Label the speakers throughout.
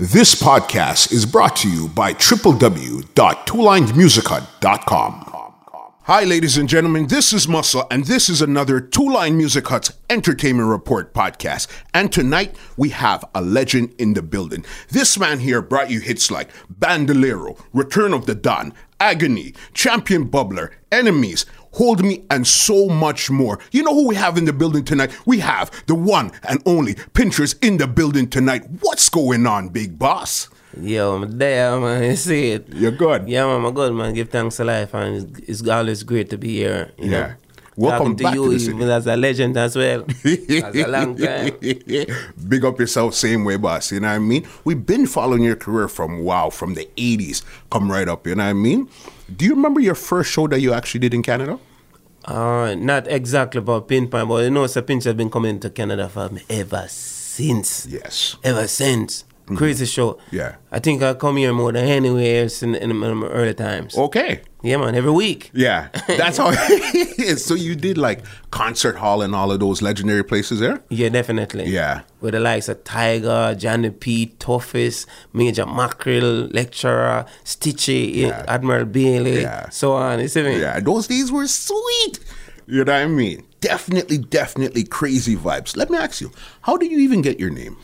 Speaker 1: This podcast is brought to you by www.twolinedmusichut.com. Hi, ladies and gentlemen. This is Muscle, and this is another Two Line Music Hut's Entertainment Report podcast. And tonight we have a legend in the building. This man here brought you hits like Bandolero, Return of the Don, Agony, Champion Bubbler, Enemies, Hold Me, and so much more. You know who we have in the building tonight? We have the one and only Pinterest in the building tonight. What's going on, big boss?
Speaker 2: Yo, I'm there, man. You see it.
Speaker 1: You're good.
Speaker 2: Yeah, man, I'm good, man. Give thanks to life, and it's, it's always great to be here. You
Speaker 1: Yeah.
Speaker 2: Know?
Speaker 1: Welcome
Speaker 2: Talking to
Speaker 1: back
Speaker 2: you,
Speaker 1: to the city.
Speaker 2: even as a legend as well. That's a long time.
Speaker 1: Big up yourself, same way, boss. You know what I mean? We've been following your career from wow, from the 80s, come right up. You know what I mean? Do you remember your first show that you actually did in Canada?
Speaker 2: Uh, not exactly about Pinpoint, but you know, Sir Pinch has been coming to Canada for me ever since.
Speaker 1: Yes.
Speaker 2: Ever since. Crazy show.
Speaker 1: Mm. Yeah.
Speaker 2: I think I come here more than anywhere else in, in, in my early times.
Speaker 1: Okay.
Speaker 2: Yeah, man, every week.
Speaker 1: Yeah, that's how. so you did like concert hall and all of those legendary places there.
Speaker 2: Yeah, definitely.
Speaker 1: Yeah.
Speaker 2: With the likes of Tiger, Johnny P, Toughest, Major Mackerel, Lecturer, Stitchy, Admiral Bailey,
Speaker 1: Yeah.
Speaker 2: so on. You see me?
Speaker 1: Yeah, those days were sweet. You know what I mean? Definitely, definitely crazy vibes. Let me ask you, how do you even get your name?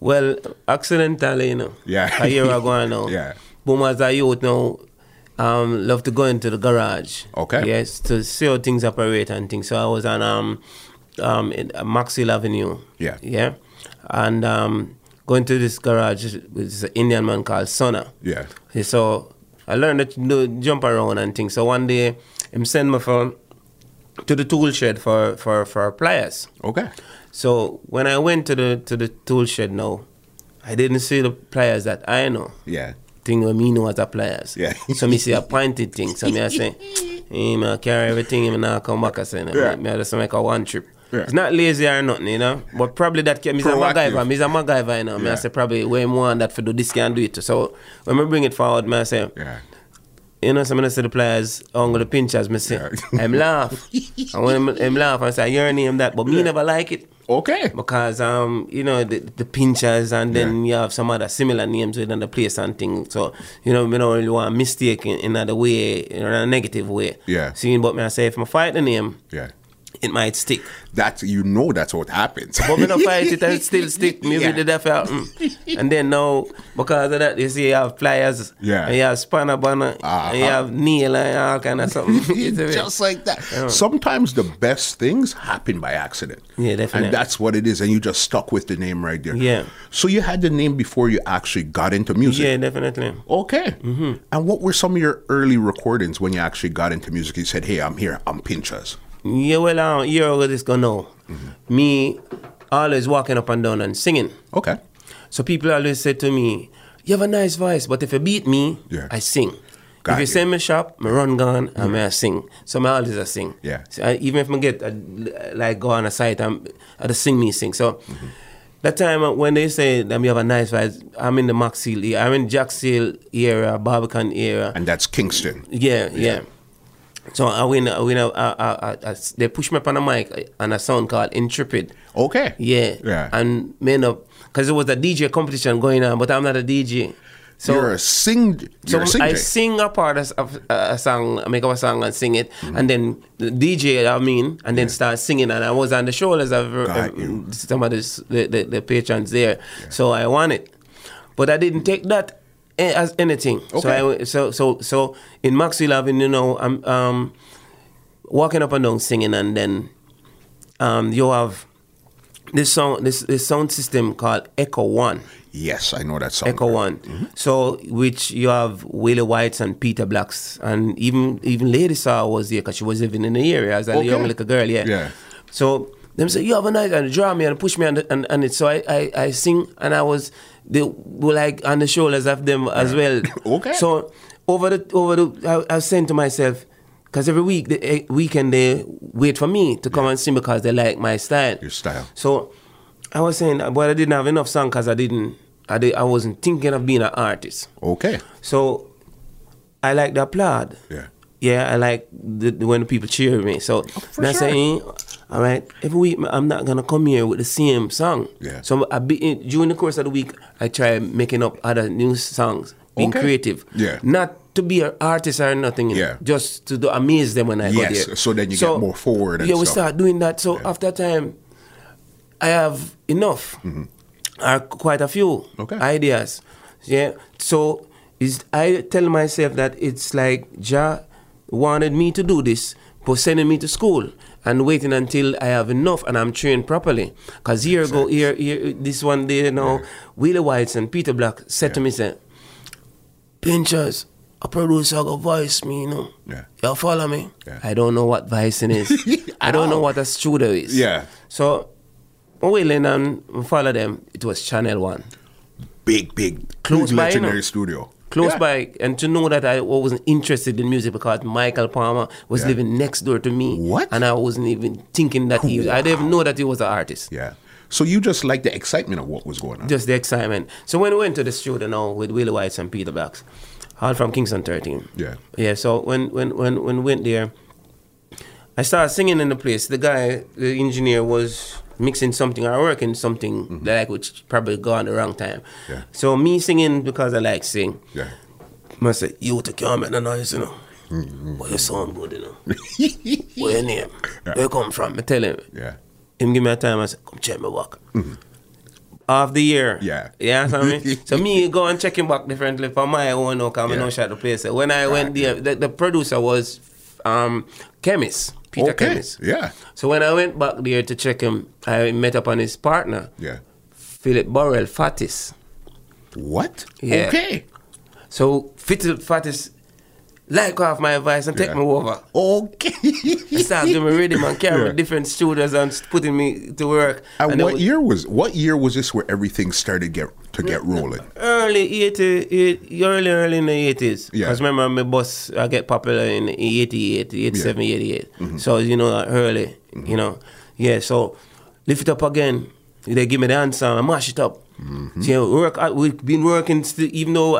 Speaker 2: Well, accidentally, you know.
Speaker 1: Yeah.
Speaker 2: A year ago, I know.
Speaker 1: Yeah.
Speaker 2: Boom, as a youth now, um, love to go into the garage.
Speaker 1: Okay.
Speaker 2: Yes, to see how things operate and things. So I was on um, um, in uh, Maxwell Avenue.
Speaker 1: Yeah.
Speaker 2: Yeah. And um, going to this garage with this Indian man called Sona.
Speaker 1: Yeah.
Speaker 2: Yeah, So I learned to do, jump around and things. So one day, him send me for to the tool shed for for for pliers.
Speaker 1: Okay.
Speaker 2: So when I went to the to the tool shed now, I didn't see the pliers that I know.
Speaker 1: Yeah.
Speaker 2: Thing where me know as a pliers.
Speaker 1: Yeah.
Speaker 2: so me see a pointed thing. So me I say, hey, man, carry everything and now come back. I say, no,
Speaker 1: Yeah.
Speaker 2: me, me I just make a one trip.
Speaker 1: Yeah.
Speaker 2: It's not lazy or nothing, you know. But probably that kept me a
Speaker 1: Proactive.
Speaker 2: MacGyver. Me a MacGyver, you know. Me I
Speaker 1: Yeah.
Speaker 2: say probably way more on that for do this can do it. So when me bring it forward, me I say,
Speaker 1: Yeah.
Speaker 2: you know, some of the players, I'm gonna pinch as me say.
Speaker 1: Yeah.
Speaker 2: I'm laugh. and when I'm, I'm laugh, I say, your name that, but me never like it.
Speaker 1: Okay.
Speaker 2: Because um, you know, the, the pinchers and then you have some other similar names within the place and thing. So, you know, we don't really want to mistake in, in other way, in a negative way.
Speaker 1: Yeah.
Speaker 2: Seeing but me I say if I fight the name,
Speaker 1: Yeah.
Speaker 2: it might stick.
Speaker 1: That's you know that's what happens.
Speaker 2: But me no fight it and it still stick. Music
Speaker 1: Yeah.
Speaker 2: did that felt mm. and then now because of that you see you have pliers,
Speaker 1: Yeah.
Speaker 2: and you have spanner banner, and you
Speaker 1: Uh-huh.
Speaker 2: have nail and all kind of something. You see me?
Speaker 1: Just like that. Sometimes the best things happen by accident.
Speaker 2: Yeah, definitely.
Speaker 1: And that's what it is. And you just stuck with the name right there.
Speaker 2: Yeah.
Speaker 1: So you had the name before you actually got into music.
Speaker 2: Yeah, Mm-hmm. definitely.
Speaker 1: Okay. And what were some of your early recordings when you actually got into music? You said, "Hey, I'm here. I'm Pinchas."
Speaker 2: Yeah, well, um, year ago this gonna know.
Speaker 1: Mm-hmm.
Speaker 2: Me always walking up and down and singing.
Speaker 1: Okay.
Speaker 2: So people always say to me, "You have a nice voice, but if you beat me,
Speaker 1: Yeah.
Speaker 2: I sing."
Speaker 1: Got
Speaker 2: if you,
Speaker 1: you. Mm-hmm.
Speaker 2: send me shop, me run gone and me I sing. So me always I sing.
Speaker 1: Yeah.
Speaker 2: So I, even if me get uh, like go on a site, I'm I just sing me sing. So
Speaker 1: Mm-hmm.
Speaker 2: that time uh, when they say that me have a nice voice, I'm in the Max Hill, era- I'm in Jack's Hill era, Barbican era.
Speaker 1: And that's Kingston.
Speaker 2: Yeah, yeah. So I win, I win. I, I, I, I, they push me up on the mic uh, on a song called Intrepid.
Speaker 1: Okay.
Speaker 2: Yeah.
Speaker 1: Yeah.
Speaker 2: And men up because it was a DJ competition going on, but I'm not a DJ. So
Speaker 1: you're a sing.
Speaker 2: so
Speaker 1: You're a sing.
Speaker 2: I
Speaker 1: Jay.
Speaker 2: sing a part of of uh, a song, I make up a song and sing it,
Speaker 1: Mm-hmm.
Speaker 2: and then the DJ, I mean, and then start singing. And I was on the shoulders of uh,
Speaker 1: Got you.
Speaker 2: some of the, s- the, the, the patrons there, so I won it. But I didn't take that a- as anything. So,
Speaker 1: Okay.
Speaker 2: I, w- so so so in Maxwell Avenue, you know, I'm um, walking up and down singing, and then um, you have this sound this, this sound system called Echo One.
Speaker 1: yes, I know that song. Mm-hmm.
Speaker 2: Echo One. So, which you have Willie Whites and Peter Blacks, and even even Lady Saw was there because she was living in the area as a
Speaker 1: Okay.
Speaker 2: young little girl. Yeah.
Speaker 1: Yeah.
Speaker 2: So them say you have a nice and draw me and push me and and, and it. So I, I I sing and I was they were like on the shoulders of them as well.
Speaker 1: Okay.
Speaker 2: So over the over the I, I was saying to myself. Cause every week, the eh, weekend they wait for me to come and sing because they like my style.
Speaker 1: Your style.
Speaker 2: So I was saying, uh, but I didn't have enough song because I didn't, I, did, I wasn't thinking of being an artist.
Speaker 1: Okay.
Speaker 2: So I like the applaud.
Speaker 1: Yeah.
Speaker 2: Yeah, I like the, the- when the people cheer me. So
Speaker 1: for
Speaker 2: and I say, eh, All right. Every week, I'm not gonna come here with the same song.
Speaker 1: Yeah.
Speaker 2: So I be, during the course of the week, I try making up other new songs, being
Speaker 1: Okay.
Speaker 2: creative.
Speaker 1: Yeah.
Speaker 2: Not to be an artist or nothing. you know,
Speaker 1: Yeah.
Speaker 2: Just to do, amaze them when I go
Speaker 1: Yes,
Speaker 2: there.
Speaker 1: so then you get more forward and
Speaker 2: yeah, we
Speaker 1: stuff.
Speaker 2: start doing that. So after time, I have enough, or quite a few
Speaker 1: Okay.
Speaker 2: ideas. Yeah. So is I tell myself that it's like Jah wanted me to do this, but sending me to school and waiting until I have enough and I'm trained properly. Cause here go here, here this one day you know, Willie Whites and Peter Black said to me say, Pinchers, a producer got voice me, you know.
Speaker 1: Yeah.
Speaker 2: You follow me?
Speaker 1: Yeah.
Speaker 2: I don't know what vicing is. I don't know what a studio is.
Speaker 1: Yeah.
Speaker 2: So when we learn and follow them, it was Channel One.
Speaker 1: Big, big,
Speaker 2: Close
Speaker 1: big
Speaker 2: by, you
Speaker 1: legendary
Speaker 2: know.
Speaker 1: studio.
Speaker 2: Close
Speaker 1: Yeah.
Speaker 2: by, and to know that I wasn't interested in music because Michael Palmer was
Speaker 1: Yeah.
Speaker 2: living next door to me.
Speaker 1: What?
Speaker 2: And I wasn't even thinking that he was, I didn't even know that he was an artist.
Speaker 1: Yeah. So you just like the excitement of what was going on.
Speaker 2: Just the excitement. So when we went to the studio now with Willie Whites and Peter Box, all from Kingston 13.
Speaker 1: Yeah.
Speaker 2: Yeah, so when, when, when, when we went there, I started singing in the place. The guy, the engineer, was mixing something or working something that I could probably go on the wrong time.
Speaker 1: Mm-hmm. Yeah.
Speaker 2: So me singing because I like sing.
Speaker 1: Yeah.
Speaker 2: Man say, you to come and noise, you know.
Speaker 1: Mm-hmm.
Speaker 2: But you sound good, you know. What your name? Where you come from? I tell him.
Speaker 1: Yeah.
Speaker 2: Him give me a time. I say, come check me back. Of the year.
Speaker 1: Mm-hmm. Yeah.
Speaker 2: Yeah, so I mean, so me go and check him back differently for my own. No, come
Speaker 1: Yeah.
Speaker 2: and no shot the place. So When I went there, the, the producer was um chemist Peter
Speaker 1: okay.
Speaker 2: Chemist.
Speaker 1: Yeah.
Speaker 2: So when I went back there to check him, I met up on his partner
Speaker 1: Yeah.
Speaker 2: Philip Burrell Fattis.
Speaker 1: What?
Speaker 2: Yeah.
Speaker 1: Okay.
Speaker 2: So Philip Fattis like off my advice and take
Speaker 1: Yeah.
Speaker 2: me over.
Speaker 1: Okay.
Speaker 2: He started doing me rhythm and carrying
Speaker 1: Yeah. different
Speaker 2: different studios and putting me to work.
Speaker 1: and what year was what year was this where everything started get to get rolling?
Speaker 2: Early 80, eight- early, early in the 80s.
Speaker 1: Yeah.
Speaker 2: Because remember, my boss, I get popular in 88, 87, 88.
Speaker 1: Mm-hmm.
Speaker 2: So, you know, early, you know. Yeah, so lift it up again. They give me the answer and mash it up.
Speaker 1: Mm-hmm.
Speaker 2: Yeah, work. I, we've been working, st- even though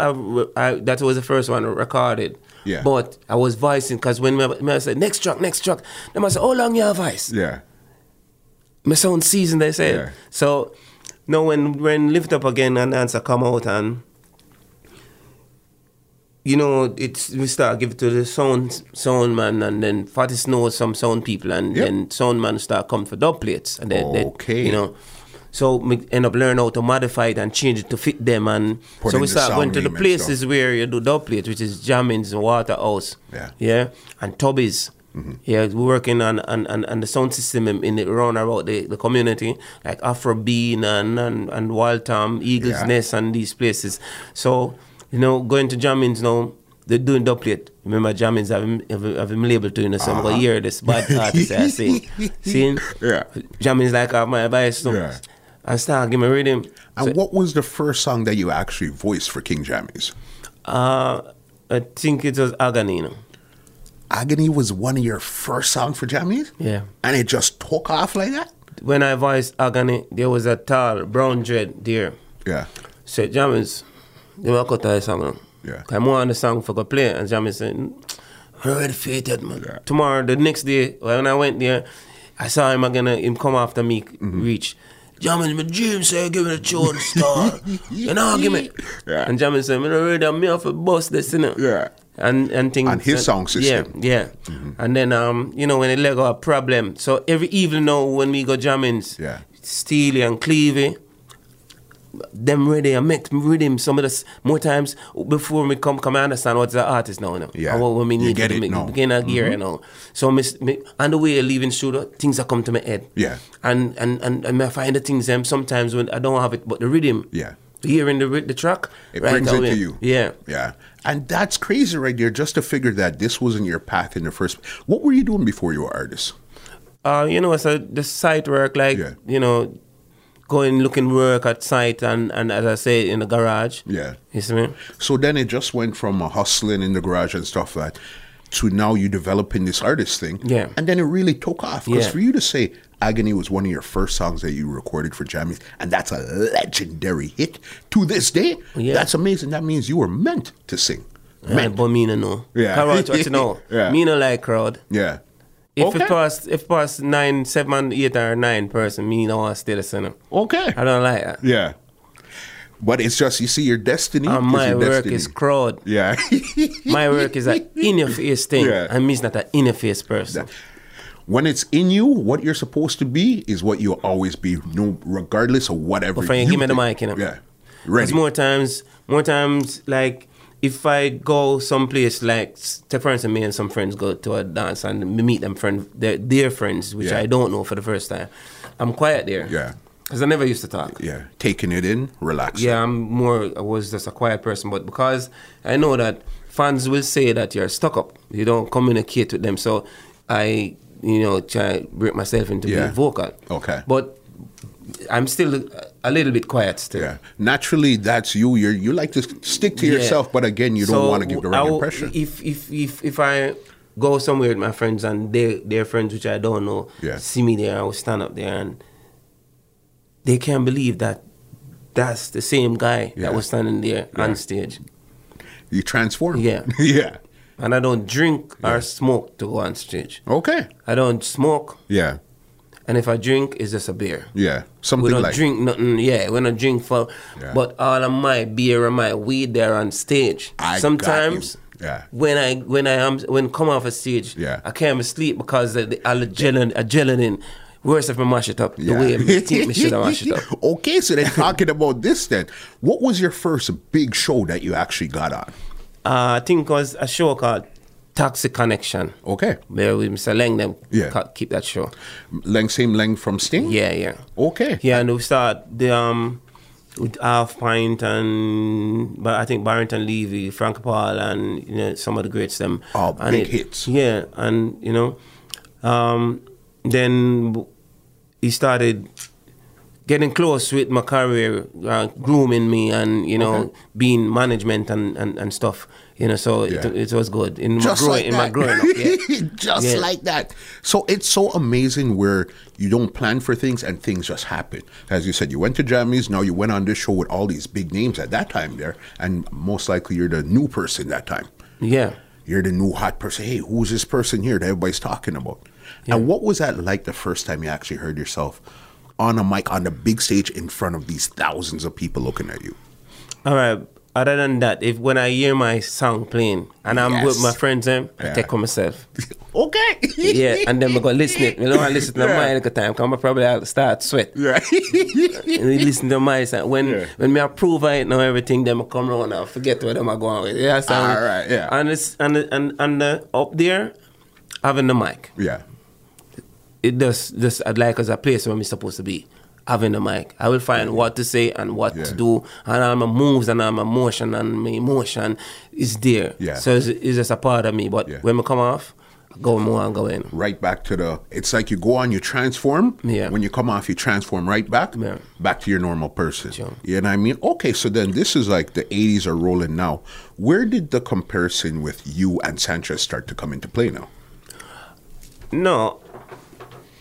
Speaker 2: I, I, that was the first one recorded.
Speaker 1: Yeah.
Speaker 2: But I was voicing because when my, my said, next track, next track, then I said, how long you have voice?
Speaker 1: Yeah.
Speaker 2: my sound season they say.
Speaker 1: Yeah.
Speaker 2: So now when when lift up again and answer come out and you know it's we start give it to the sound sound man and then Fatis knows some sound people and
Speaker 1: Yep.
Speaker 2: then sound man start come for dub plates and then
Speaker 1: Okay.
Speaker 2: you know. So we end up learn how to modify it and change it to fit them and
Speaker 1: Put
Speaker 2: so
Speaker 1: in
Speaker 2: we
Speaker 1: the
Speaker 2: start
Speaker 1: sound
Speaker 2: going to the
Speaker 1: name and stuff.
Speaker 2: places where you do dub plates, which is Jammins and Waterhouse.
Speaker 1: Yeah. Mm-hmm.
Speaker 2: Yeah. And Tubby's. Yeah, we're working on, on, on, on the sound system in, in the, around about the, the community, like Afro Bean and, and, and Wild Tom, Eagles
Speaker 1: Yeah.
Speaker 2: Nest and these places. So, you know, going to Jammins now, they're doing duplicate. Remember Jammins have him, have, him- have him labeled to you know, so I'm gonna hear this bad artist I see. See?
Speaker 1: Uh-huh. Yeah.
Speaker 2: Jammins like have my advice so
Speaker 1: Yeah.
Speaker 2: I start giving rhythm.
Speaker 1: And what was the first song that you actually voiced for King Jammies?
Speaker 2: Uh I think it was Agony, you know.
Speaker 1: Agony was one of your first songs for Jammies?
Speaker 2: Yeah.
Speaker 1: And it just took off like that?
Speaker 2: When I voiced Agony, there was a tall brown dread there.
Speaker 1: Yeah.
Speaker 2: So Jammins, they were cut that song. man.
Speaker 1: Yeah.
Speaker 2: I more on the song for go play and Jammins said, "Mm, I'm already fated, man. Tomorrow, the next day, when I went there, I saw him again, uh, him come after me,
Speaker 1: Mm-hmm.
Speaker 2: reach. Jammins, my dream say give me the tune star. you know, give me.
Speaker 1: Yeah.
Speaker 2: And Jammins said, I'm already me off a bus this, you know.
Speaker 1: Yeah.
Speaker 2: And and things
Speaker 1: And his sound system.
Speaker 2: Yeah, yeah.
Speaker 1: Mm-hmm.
Speaker 2: And then um, you know, when it let go a problem. So every evening now when we go Jammins,
Speaker 1: Yeah.
Speaker 2: Steely and Cleavy, them ready I met rhythm some of the s- more times before me come come I understand what's the artist now, you know.
Speaker 1: Yeah.
Speaker 2: And what we
Speaker 1: You
Speaker 2: need
Speaker 1: get
Speaker 2: to
Speaker 1: it
Speaker 2: make
Speaker 1: now. Mm-hmm.
Speaker 2: begin a gear, you know. So miss me, on the way I leaving studio, things are come to my head.
Speaker 1: Yeah.
Speaker 2: And and and, and I find the things them sometimes when I don't have it but the rhythm.
Speaker 1: Yeah.
Speaker 2: Hearing the ry- the track,
Speaker 1: It
Speaker 2: right
Speaker 1: brings it
Speaker 2: away.
Speaker 1: to you.
Speaker 2: Yeah.
Speaker 1: Yeah. And that's crazy right there, just to figure that this wasn't your path in the first What were you doing before you were artists?
Speaker 2: uh, you know, it's a the site work, like
Speaker 1: Yeah.
Speaker 2: you know, going looking work at site and and as I say in the garage.
Speaker 1: Yeah.
Speaker 2: you see me?
Speaker 1: So then it just went from a hustling in the garage and stuff like that to now you developing this artist thing.
Speaker 2: Yeah.
Speaker 1: And then it really took off. Because
Speaker 2: Yeah.
Speaker 1: for you to say Agony was one of your first songs that you recorded for Jammies, and that's a legendary hit to this day.
Speaker 2: Yeah.
Speaker 1: That's amazing. That means you were meant to sing.
Speaker 2: Man, but me no know.
Speaker 1: Yeah.
Speaker 2: Crowd, what you know?
Speaker 1: Yeah.
Speaker 2: Me no like crowd.
Speaker 1: Yeah.
Speaker 2: If
Speaker 1: Okay.
Speaker 2: it past if past nine, seven, eight or nine person, me no I still a sinner.
Speaker 1: Okay.
Speaker 2: I don't like that.
Speaker 1: Yeah. But it's just you see your destiny.
Speaker 2: And
Speaker 1: is
Speaker 2: Uh, my
Speaker 1: your
Speaker 2: work
Speaker 1: destiny.
Speaker 2: is crowd.
Speaker 1: Yeah.
Speaker 2: My work is an in your face thing.
Speaker 1: Yeah.
Speaker 2: And me's not an in your face person.
Speaker 1: when it's in you, what you're supposed to be is what you'll always be, no regardless of whatever.
Speaker 2: But friend,
Speaker 1: you
Speaker 2: give me the
Speaker 1: think.
Speaker 2: mic, you know.
Speaker 1: Yeah.
Speaker 2: It's
Speaker 1: Ready.
Speaker 2: more times, more times, like if I go someplace, like s- take for instance, me and some friends go to a dance and me meet them friend, their, their friends, which
Speaker 1: Yeah.
Speaker 2: I don't know for the first time. I'm quiet there.
Speaker 1: Yeah.
Speaker 2: Because I never used to talk.
Speaker 1: yeah. Taking it in, relaxing.
Speaker 2: Yeah, I'm more. I was just a quiet person, but because I know that fans will say that you're stuck up, you don't communicate with them. So I, you know, try break myself into
Speaker 1: Yeah.
Speaker 2: being vocal.
Speaker 1: Okay.
Speaker 2: But I'm still a little bit quiet still.
Speaker 1: Yeah. Naturally, that's you. You you like to stick to
Speaker 2: Yeah.
Speaker 1: yourself, but again, you don't
Speaker 2: So
Speaker 1: want to give the
Speaker 2: I
Speaker 1: wrong
Speaker 2: will-
Speaker 1: impression.
Speaker 2: If if if if I go somewhere with my friends and they their friends which I don't know
Speaker 1: Yeah.
Speaker 2: see me there, I will stand up there and they can't believe that that's the same guy
Speaker 1: Yeah.
Speaker 2: that was standing there on stage.
Speaker 1: you transform.
Speaker 2: Yeah.
Speaker 1: yeah.
Speaker 2: And I don't drink or smoke to go on stage.
Speaker 1: Okay.
Speaker 2: I don't smoke,
Speaker 1: Yeah.
Speaker 2: and if I drink, it's just a beer.
Speaker 1: Yeah. Something
Speaker 2: We don't
Speaker 1: like
Speaker 2: drink nothing, yeah. We don't drink for,
Speaker 1: Yeah.
Speaker 2: but all of my beer and my weed there on stage.
Speaker 1: I got you.
Speaker 2: Sometimes,
Speaker 1: Yeah.
Speaker 2: When I when I am when come off a stage,
Speaker 1: Yeah.
Speaker 2: I can't even sleep because of the adrenaline, adrenaline. Worse if I mash it up
Speaker 1: Yeah.
Speaker 2: the way I think I should have mashed it up.
Speaker 1: okay, so then talking about this then, what was your first big show that you actually got on?
Speaker 2: Uh, I think it was a show called Toxic Connection.
Speaker 1: Okay.
Speaker 2: Where with Mr. Lang them
Speaker 1: Yeah.
Speaker 2: ca- keep that show.
Speaker 1: Leng same Leng from Sting?
Speaker 2: Yeah, yeah.
Speaker 1: Okay.
Speaker 2: Yeah, and we start the um with Half Pint and but I think Barrington Levy, Frank Paul and you know some of the greats them.
Speaker 1: Oh,
Speaker 2: and
Speaker 1: big hits.
Speaker 2: Yeah, and you know, um, then w- he started getting close with my career, uh, grooming me, and you know,
Speaker 1: Okay.
Speaker 2: being management and, and, and stuff. You know, so it,
Speaker 1: Yeah.
Speaker 2: it was good in
Speaker 1: Just
Speaker 2: my growing
Speaker 1: like
Speaker 2: in my
Speaker 1: that.
Speaker 2: growing up. Yeah.
Speaker 1: just
Speaker 2: Yeah.
Speaker 1: like that. So it's so amazing where you don't plan for things and things just happen. As you said, you went to Jammies, now you went on this show with all these big names at that time there, and most likely you're the new person that time.
Speaker 2: yeah.
Speaker 1: You're the new hot person. Hey, who's this person here that everybody's talking about? And what was that like the first time you actually heard yourself on a mic on the big stage in front of these thousands of people looking at you?
Speaker 2: All right. Other than that, if when I hear my song playing and I'm with
Speaker 1: Yes.
Speaker 2: my friends, them
Speaker 1: Yeah.
Speaker 2: I take for myself.
Speaker 1: Okay.
Speaker 2: Yeah, and then we go listen it. You know, I listen to
Speaker 1: Yeah.
Speaker 2: my little time. Come, I probably I'll start sweat.
Speaker 1: Yeah.
Speaker 2: And we listen to my song. When
Speaker 1: Yeah.
Speaker 2: when me approve I know everything, them I come round and I forget what them I going with. Yeah, so
Speaker 1: All right, yeah.
Speaker 2: And it's and and and uh, up there, having the mic,
Speaker 1: yeah.
Speaker 2: it just just I'd like as a place where I'm supposed to be. Having the mic, I will find what to say and what to
Speaker 1: Yeah.
Speaker 2: do, and all my moves and all my motion and my emotion is there.
Speaker 1: Yeah.
Speaker 2: So it's, it's just a part of me. But
Speaker 1: Yeah.
Speaker 2: when I come off, I go more and go in.
Speaker 1: Right back to the. It's like you go on, you transform.
Speaker 2: Yeah.
Speaker 1: When you come off, you transform right back.
Speaker 2: Yeah.
Speaker 1: Back to your normal person.
Speaker 2: Sure.
Speaker 1: You know what I mean? Okay, so then this is like the 80s are rolling now. Where did the comparison with you and Sanchez start to come into play now?
Speaker 2: No.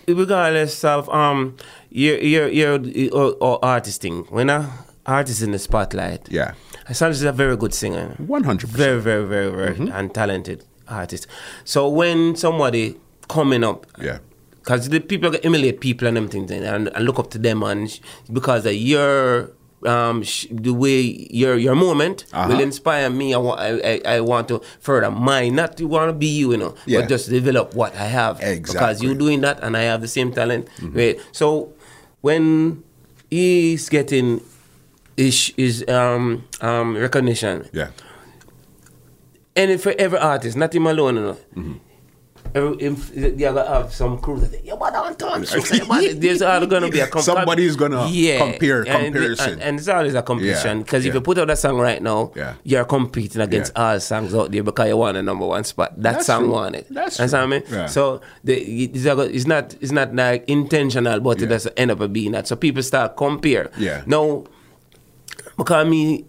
Speaker 2: Regardless of um your your your or, or artist thing. When a artist in the spotlight.
Speaker 1: Yeah.
Speaker 2: Sanchez is a very good singer.
Speaker 1: 100%.
Speaker 2: Very, very, very, very
Speaker 1: Mm-hmm.
Speaker 2: and talented artist. So when somebody coming up
Speaker 1: Yeah.
Speaker 2: because the people gonna emulate people and them things and, and look up to them and sh- because of your um sh- the way your your moment
Speaker 1: Uh-huh.
Speaker 2: will inspire me. I want I, I, I want to further mine, not to want to be you, you know,
Speaker 1: Yeah.
Speaker 2: but just develop what I have because
Speaker 1: Exactly. Mm-hmm.
Speaker 2: you're doing that and I have the same talent. Right. So when he's getting his, his um um recognition,
Speaker 1: Yeah.
Speaker 2: and if for every artist, not him alone, you know.
Speaker 1: Mm-hmm.
Speaker 2: Every- If they are gonna have some crew that say, "Yeah, but on time, so say, but there's all gonna be a comp-
Speaker 1: Somebody's gonna compare-
Speaker 2: and,
Speaker 1: comparison.
Speaker 2: and, and it's always a competition because
Speaker 1: yeah.
Speaker 2: if you put out a song right now,
Speaker 1: Yeah.
Speaker 2: you're competing against
Speaker 1: Yeah.
Speaker 2: all songs out there because you want a number one spot. That
Speaker 1: That's
Speaker 2: song
Speaker 1: true.
Speaker 2: won it.
Speaker 1: That's
Speaker 2: That's what I
Speaker 1: true.
Speaker 2: mean.
Speaker 1: Yeah.
Speaker 2: So the, it's a- it's not it's not like intentional, but it
Speaker 1: Yeah.
Speaker 2: does end up being that. So people start compare.
Speaker 1: Yeah.
Speaker 2: Now, because me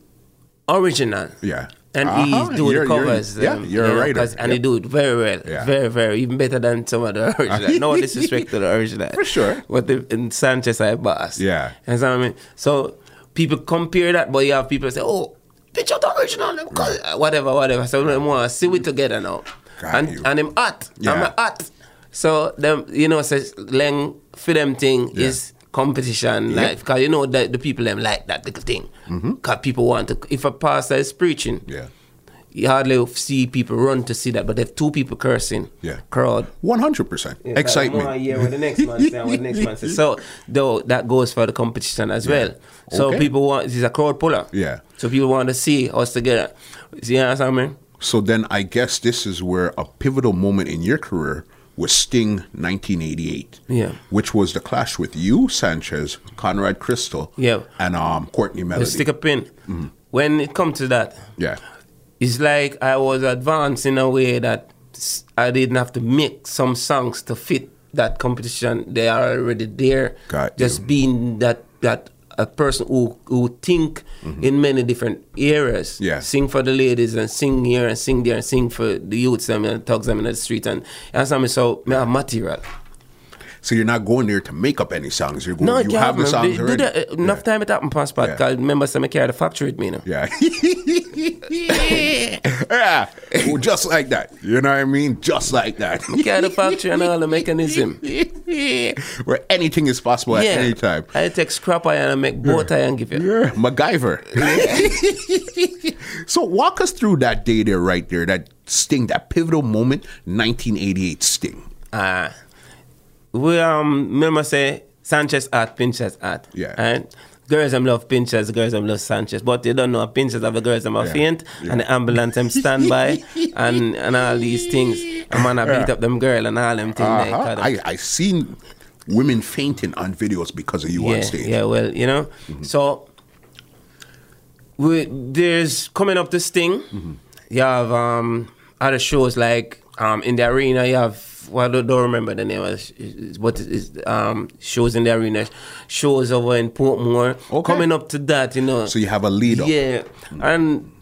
Speaker 2: original.
Speaker 1: Yeah.
Speaker 2: And
Speaker 1: Uh-huh.
Speaker 2: he do
Speaker 1: You're-
Speaker 2: the
Speaker 1: you're-
Speaker 2: covers.
Speaker 1: yeah,
Speaker 2: um,
Speaker 1: you're a writer.
Speaker 2: 'cause- And
Speaker 1: Yeah.
Speaker 2: he do it very well.
Speaker 1: Yeah.
Speaker 2: Very, very. Even better than some of the original. no disrespect to the original.
Speaker 1: For sure.
Speaker 2: But the, in Sanchez, I boss.
Speaker 1: Yeah.
Speaker 2: And so, I mean, so people compare that, but you have people say, oh, bitch, you're the original. them uh, call- Whatever, whatever. So, we want to see we together now.
Speaker 1: Got
Speaker 2: and
Speaker 1: you.
Speaker 2: and I'm hot.
Speaker 1: Yeah.
Speaker 2: I'm hot. So them, you know, says Leng for them thing
Speaker 1: Yeah.
Speaker 2: is competition, like because you know that the people them like that little thing,
Speaker 1: Mm-hmm.
Speaker 2: because people want to. If a pastor is preaching,
Speaker 1: Yeah.
Speaker 2: you hardly see people run to see that. But if two people cursing,
Speaker 1: Yeah.
Speaker 2: crowd.
Speaker 1: One hundred percent
Speaker 2: it's like
Speaker 1: excitement.
Speaker 2: more a year with the next man say and with the next man say. So though that goes for the competition as well. So
Speaker 1: Okay.
Speaker 2: people want this is a crowd puller.
Speaker 1: Yeah.
Speaker 2: So people want to see us together. You understand me?
Speaker 1: So then I guess this is where a pivotal moment in your career was Sting 1988.
Speaker 2: Yeah.
Speaker 1: Which was the clash with you, Sanchez, Conrad Crystal,
Speaker 2: Yeah.
Speaker 1: and um Courtney Melody.
Speaker 2: Just stick a pin.
Speaker 1: Mm-hmm.
Speaker 2: When it comes to that,
Speaker 1: yeah.
Speaker 2: it's like I was advanced in a way that s- I didn't have to make some songs to fit that competition. They are already there.
Speaker 1: Got
Speaker 2: Just being that that a person who who think in many different areas.
Speaker 1: Mm-hmm. Yeah.
Speaker 2: Sing for the ladies and sing here and sing there and sing for the youths them and thugs them in the street and and something. So me have material.
Speaker 1: So you're not going there to make up any songs. You're going.
Speaker 2: No,
Speaker 1: you
Speaker 2: yeah,
Speaker 1: have the
Speaker 2: man.
Speaker 1: songs
Speaker 2: They- uh, they
Speaker 1: already.
Speaker 2: do- enough time it happened, past part.
Speaker 1: Yeah.
Speaker 2: Cause remember, some carry the factory with me, you know.
Speaker 1: Yeah. yeah. Well, just like that. You know what I mean? Just like that.
Speaker 2: Carry the factory and all the mechanism.
Speaker 1: Where anything is possible at any time.
Speaker 2: I take scrap iron and make boat iron and give you.
Speaker 1: Yeah, MacGyver. so walk us through that day there, right there, that sting, that pivotal moment, 1988 sting.
Speaker 2: Ah, we um remember say Sanchez art, Pinchas art.
Speaker 1: Yeah.
Speaker 2: Right? Girls them love Pinchas, girls them love Sanchez. But they don't know a Pinchas have a girls them are
Speaker 1: Yeah.
Speaker 2: faint and the ambulance them stand by and, and all these things. A man a beat up them girl and all them things like
Speaker 1: Uh-huh.
Speaker 2: that.
Speaker 1: I, I seen women fainting on videos because of you
Speaker 2: yeah,
Speaker 1: on stage.
Speaker 2: Yeah, well, you know. So we, there's coming up this thing. You have um, other shows like um, in the arena. You have well, I don't, don't remember the name. Of, it, what it is um, shows in the arena? Shows over in Portmore.
Speaker 1: Okay.
Speaker 2: Coming up to that, you know.
Speaker 1: So you have a lead up. Mm.
Speaker 2: Yeah, and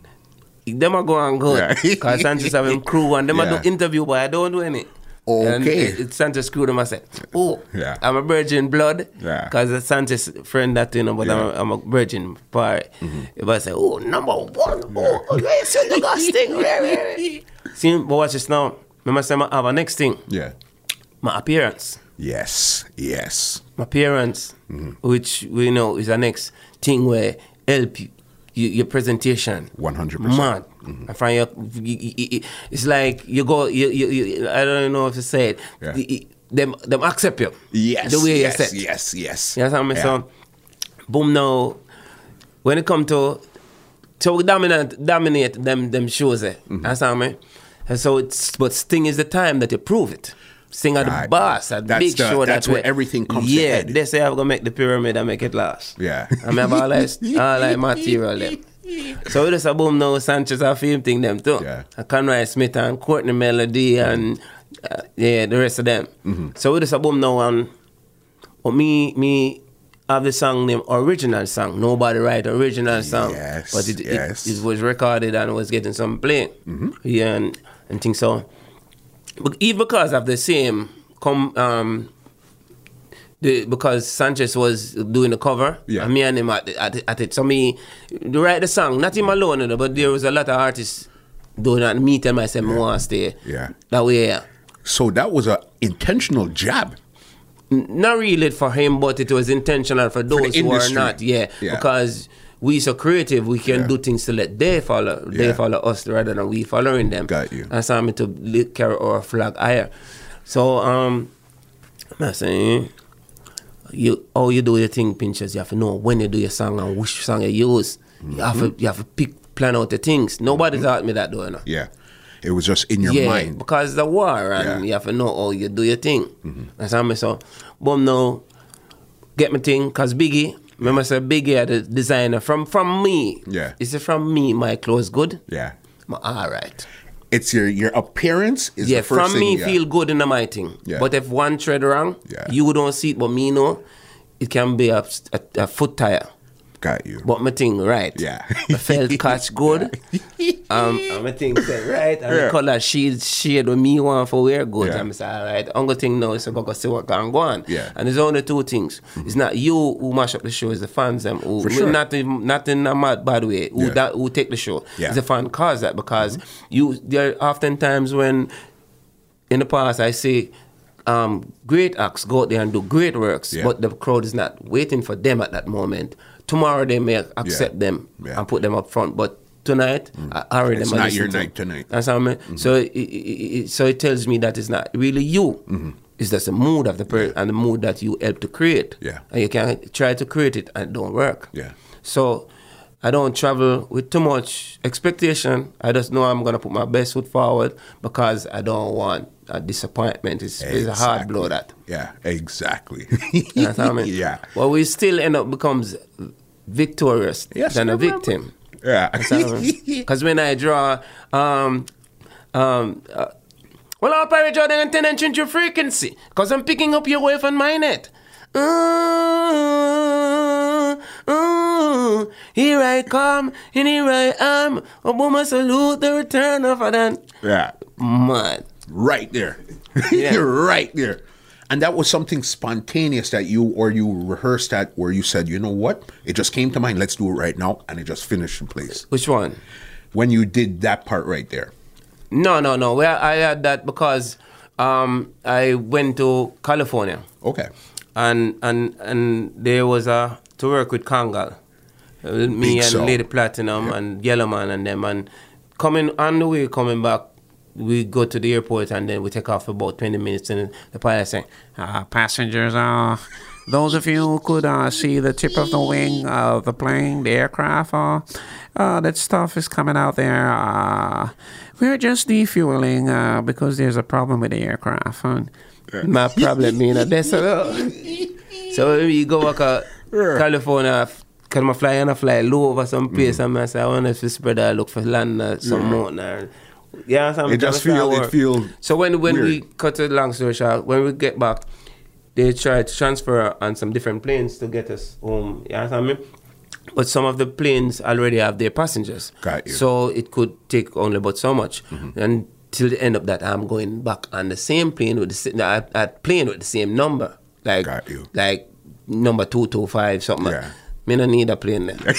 Speaker 2: them are go and go
Speaker 1: Yeah.
Speaker 2: because Sanchez having crew and them
Speaker 1: Yeah.
Speaker 2: I do interview, but I don't do any. And
Speaker 1: Okay.
Speaker 2: it- it- Sanchez crew them I say, oh,
Speaker 1: Yeah.
Speaker 2: I'm a virgin blood,
Speaker 1: Yeah.
Speaker 2: because Sanchez friend that you know, but I'm, a, I'm a virgin part.
Speaker 1: Mm-hmm.
Speaker 2: If I say, oh, number one, oh, oh, yes, you do that thing, rah, rah, rah." See, but watch this now. Remember, say my our next thing,
Speaker 1: Yeah.
Speaker 2: my appearance
Speaker 1: Yes. Yes.
Speaker 2: my parents,
Speaker 1: Mm-hmm.
Speaker 2: which we know is the next thing where help you, you your presentation.
Speaker 1: 100%.
Speaker 2: Mad.
Speaker 1: Mm-hmm.
Speaker 2: And from your, you- you- you- it's like you go. You, you, you, I don't know if to say it.
Speaker 1: Yeah.
Speaker 2: The- i- Them, them accept you.
Speaker 1: Yes.
Speaker 2: The way
Speaker 1: yes,
Speaker 2: you said.
Speaker 1: Yes. Yes.
Speaker 2: You understand me?
Speaker 1: Yeah.
Speaker 2: So, boom now. When it come to, so we dominate, dominate them, them shows. Eh?
Speaker 1: Mm-hmm.
Speaker 2: Understand me? And so it's, but Sting is the time that you prove it. Sting at the
Speaker 1: Right.
Speaker 2: boss, at
Speaker 1: That's
Speaker 2: big
Speaker 1: the-
Speaker 2: show.
Speaker 1: that's
Speaker 2: that
Speaker 1: where everything comes to
Speaker 2: Yeah,
Speaker 1: head.
Speaker 2: they say I'm gonna make the pyramid and make it last.
Speaker 1: Yeah.
Speaker 2: I remember all that, all that material them. So we just a boom now. Sanchez a film thing them too.
Speaker 1: Yeah.
Speaker 2: And Conrad Smith and Courtney Melody and uh, yeah, the rest of them.
Speaker 1: Mm-hmm.
Speaker 2: So we just a boom now and well, Oh, me me have the song named original song. Nobody write original song,
Speaker 1: Yes,
Speaker 2: but it, it-
Speaker 1: yes. Mm-hmm.
Speaker 2: it, was recorded and was getting some play. Yeah, and and things so. But even because of the same come um. The, because Sanchez was doing the cover,
Speaker 1: Yeah.
Speaker 2: and me and him at, the- at, it- at it. So me they write the song, not him alone, you know, but there was a lot of artists doing that. Me tell myself, I want to stay.
Speaker 1: Yeah.
Speaker 2: That way, yeah.
Speaker 1: So that was a intentional jab.
Speaker 2: N- not really for him, but it was intentional for
Speaker 1: the
Speaker 2: those who are
Speaker 1: industry.
Speaker 2: not. Yeah,
Speaker 1: Yeah.
Speaker 2: because we so creative, we can
Speaker 1: Yeah.
Speaker 2: do things to let they follow, they
Speaker 1: Yeah.
Speaker 2: follow us rather than we following them.
Speaker 1: Got you.
Speaker 2: And so I mean to li- carry our flag higher. So um, I'm not saying you how you do your thing, pinches. You have to know when you do your song and which song you use. You have
Speaker 1: Mm-hmm.
Speaker 2: to you have to pick plan out the things. Nobody taught me that though, you know.
Speaker 1: Yeah. It was just in your
Speaker 2: Yeah,
Speaker 1: mind.
Speaker 2: because the war and
Speaker 1: Yeah. Mm-hmm.
Speaker 2: you have to know how you do your thing. That's how me so. Boom now, get my thing, cause Biggie, remember I said Biggie are the designer from from me.
Speaker 1: Yeah.
Speaker 2: Is it from me my clothes good?
Speaker 1: Yeah.
Speaker 2: My, all right.
Speaker 1: It's your your appearance is
Speaker 2: yeah,
Speaker 1: the first
Speaker 2: from
Speaker 1: thing.
Speaker 2: me
Speaker 1: yeah.
Speaker 2: feel good in my thing.
Speaker 1: Yeah.
Speaker 2: But if one tread wrong,
Speaker 1: Yeah.
Speaker 2: you don't see it, but me know, it can be a, a, a foot tire.
Speaker 1: Got you.
Speaker 2: But my thing right.
Speaker 1: Yeah.
Speaker 2: My felt catch good. um, and my thing said right. And
Speaker 1: Yeah.
Speaker 2: the color shade shade with me one for wear good.
Speaker 1: Yeah.
Speaker 2: I'm say all right. Only thing now is I go see what can go on.
Speaker 1: Yeah. Mm-hmm.
Speaker 2: And there's only two things. It's not you who mash up the show. It's the fans them who
Speaker 1: For sure.
Speaker 2: not in not in a mad bad way who
Speaker 1: Yeah.
Speaker 2: that who take the show.
Speaker 1: Yeah. Mm-hmm.
Speaker 2: It's the fan cause that because you there are oftentimes when in the past I say um, great acts go out there and do great works,
Speaker 1: Yeah.
Speaker 2: but the crowd is not waiting for them at that moment. Tomorrow they may accept them
Speaker 1: Yeah. Mm.
Speaker 2: and put them up front, but tonight I already
Speaker 1: It's
Speaker 2: them and
Speaker 1: not your
Speaker 2: listen to
Speaker 1: night
Speaker 2: them.
Speaker 1: tonight. Mm-hmm.
Speaker 2: That's what I mean. So it, it, it, so it tells me that it's not really you.
Speaker 1: Mm-hmm.
Speaker 2: It's just the mood of the person and the mood that you help to create.
Speaker 1: Yeah.
Speaker 2: and you can try to create it and it don't work.
Speaker 1: Yeah.
Speaker 2: So I don't travel with too much expectation. I just know I'm gonna put my best foot forward because I don't want a disappointment. It's, it's a hard blow that.
Speaker 1: Yeah, exactly.
Speaker 2: You know what I mean?
Speaker 1: Yeah.
Speaker 2: But we still end up becomes victorious
Speaker 1: Yes,
Speaker 2: than a
Speaker 1: remember.
Speaker 2: victim.
Speaker 1: Yeah.
Speaker 2: Because when I draw, um, um, uh, well, I'll probably draw the antenna and change your frequency. Because I'm picking up your wave on my net. Uh, uh, here I come, and here I am. Obama salute the return of Adan.
Speaker 1: yeah.
Speaker 2: Man.
Speaker 1: Right there.
Speaker 2: Yeah.
Speaker 1: You're right there. And that was something spontaneous that you or you rehearsed at where you said, you know what? It just came to mind. Let's do it right now. And it just finished in place.
Speaker 2: Which one?
Speaker 1: When you did that part right there.
Speaker 2: No, no, no. Well, I had that because um, I went to California.
Speaker 1: Okay.
Speaker 2: and and and there was a to work with Kangal, Uh, me
Speaker 1: Big
Speaker 2: and
Speaker 1: song.
Speaker 2: Lady Platinum and Yellowman and them and coming on the way coming back, we go to the airport and then we take off for about twenty minutes and the pilot saying,
Speaker 3: uh, passengers uh, those of you who could uh, see the tip of the wing of the plane, the aircraft, uh, uh, that stuff is coming out there. Uh, we're just defueling uh, because there's a problem with the aircraft. And
Speaker 2: "My problem, you know, that's all." So when we go back uh, California. Cause my fly and I fly low over some
Speaker 1: Mm-hmm.
Speaker 2: place and I say I want to spread I look for land uh, some mountain or yeah something.
Speaker 1: It just feel- it feel
Speaker 2: So when when we
Speaker 1: Weird.
Speaker 2: cut it long story short, when we get back, they tried to transfer on some different planes to get us home. You know what I mean? But some of the planes already have their passengers.
Speaker 1: Got you. Mm-hmm.
Speaker 2: So it could take only but so much. And till the end of that, I'm going back on the same plane with the same, I, I plane with the same number. Like,
Speaker 1: Got you.
Speaker 2: like number 225, something. like
Speaker 1: Yeah.
Speaker 2: Me no need a plane there.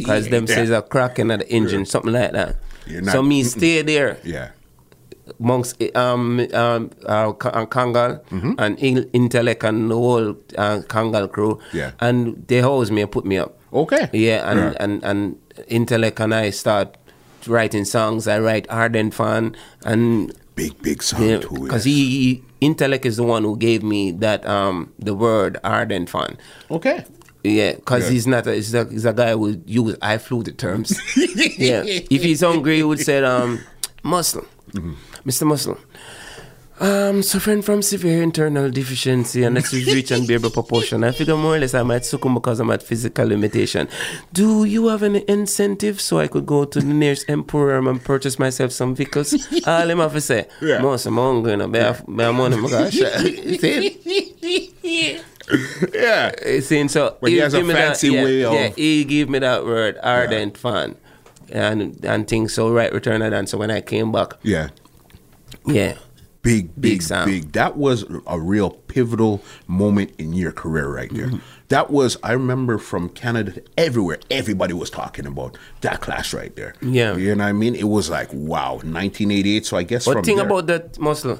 Speaker 2: Because them
Speaker 1: Yeah.
Speaker 2: says a cracking at the engine, something like that.
Speaker 1: You're not-
Speaker 2: so me stay there
Speaker 1: Yeah.
Speaker 2: amongst um, um, uh, Ka- uh, Kangal
Speaker 1: Mm-hmm.
Speaker 2: and In- Intellect and the whole uh, Kangal crew.
Speaker 1: Yeah.
Speaker 2: And they housed me and put me up.
Speaker 1: Okay.
Speaker 2: Yeah, and,
Speaker 1: Yeah.
Speaker 2: and, and Intellect and I start writing songs. I write Arden Fan and
Speaker 1: Big, big song
Speaker 2: yeah,
Speaker 1: to it.
Speaker 2: because he, he- Intellect is the one who gave me that um the word ardent fan.
Speaker 1: Okay.
Speaker 2: Yeah, because
Speaker 1: Yeah.
Speaker 2: he's not a he's, a he's a guy who would use I flew the terms. yeah, if he's hungry, he would say um Muslim,
Speaker 1: Mm-hmm.
Speaker 2: Mr. Muslim. Um, suffering from severe internal deficiency and that's reach unbearable proportion. I figure more or less I might succumb because I'm at physical limitation. Do you have any incentive so I could go to the nearest emporium and purchase myself some vehicles? All him have to say,
Speaker 1: Yeah.
Speaker 2: most I'm hungry, no, bear, bear money, my gosh. uh, It's it.
Speaker 1: Yeah.
Speaker 2: Uh, saying so.
Speaker 1: But he has a
Speaker 2: give me that-
Speaker 1: fancy
Speaker 2: yeah,
Speaker 1: way of-
Speaker 2: Yeah, he gave me that word, ardent fan, and and things. So right, return that. And so when I came back,
Speaker 1: Yeah.
Speaker 2: yeah,
Speaker 1: Big, big, big,
Speaker 2: sound.
Speaker 1: That was a real pivotal moment in your career right there. That was, I remember from Canada to everywhere, everybody was talking about that clash right there.
Speaker 2: Yeah.
Speaker 1: You know what I mean? It was like, wow, 1988. So I guess
Speaker 2: But
Speaker 1: from
Speaker 2: thing
Speaker 1: there-
Speaker 2: about that muscle,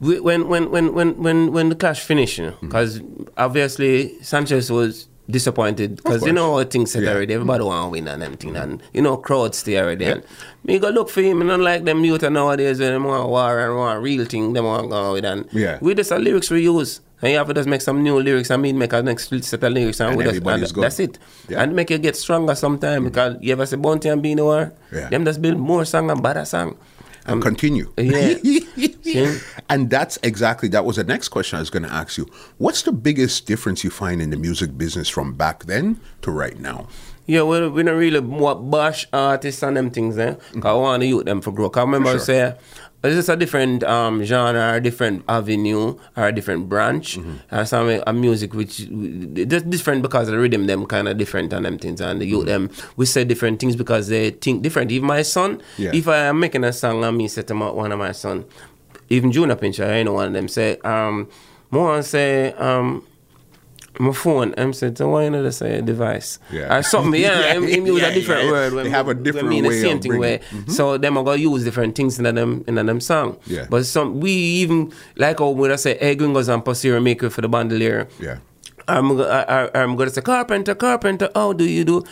Speaker 2: we- when when when when when when the clash finished, you know,
Speaker 1: Mm-hmm.
Speaker 2: because obviously Sanchez was disappointed because you know how things said
Speaker 1: Yeah.
Speaker 2: already. Everybody want to win and everything, and you know crowds stay already. And me go look for him, and unlike them youth and nowadays, when them want war and want real thing, them want go with and
Speaker 1: Yeah.
Speaker 2: we just the lyrics we use. And you have to just make some new lyrics. I mean, make a next set of lyrics, and,
Speaker 1: And
Speaker 2: we just,
Speaker 1: everybody's
Speaker 2: and
Speaker 1: good.
Speaker 2: that's it.
Speaker 1: Yeah. Mm-hmm.
Speaker 2: And make you get stronger sometime because you ever say Bounty and Beanie War,
Speaker 1: Yeah.
Speaker 2: them just build more song and better song.
Speaker 1: and continue.
Speaker 2: um, Yeah. See?
Speaker 1: and that's exactly that was the next question I was going to ask you. What's the biggest difference you find in the music business from back then to right now?
Speaker 2: Yeah, well, we don't really wa- bash artists and them things, eh? 'Cause I want to use them for growth. 'Cause I remember
Speaker 1: Mm. sure.
Speaker 2: say, it's just a different um, genre, a different avenue, or a different branch.
Speaker 1: Mm-hmm.
Speaker 2: And some uh, a music which uh, just different because the rhythm them kind of different and them things. And the youth
Speaker 1: Mm-hmm.
Speaker 2: them, we say different things because they think different. Even my son,
Speaker 1: Yeah.
Speaker 2: if I am making a song and me set him out one of my son, even Junior Pincher, I know one of them say, um, more on say, um, my phone. I'm saying, so why another say a device?
Speaker 1: Yeah.
Speaker 2: Or something. Yeah,
Speaker 1: Yeah,
Speaker 2: I'm, I'm use
Speaker 1: yeah,
Speaker 2: a different
Speaker 1: yeah.
Speaker 2: word.
Speaker 1: They
Speaker 2: when-
Speaker 1: have a
Speaker 2: when
Speaker 1: different
Speaker 2: mean
Speaker 1: way
Speaker 2: the same
Speaker 1: of
Speaker 2: thing
Speaker 1: bringing- Mm-hmm.
Speaker 2: where. So them are gonna use different things in them in them song.
Speaker 1: Yeah.
Speaker 2: But some we even like how when I say egg goes and posterior maker for the bandolier.
Speaker 1: Yeah.
Speaker 2: I'm go- I, I, I'm gonna say carpenter, carpenter. How do you do?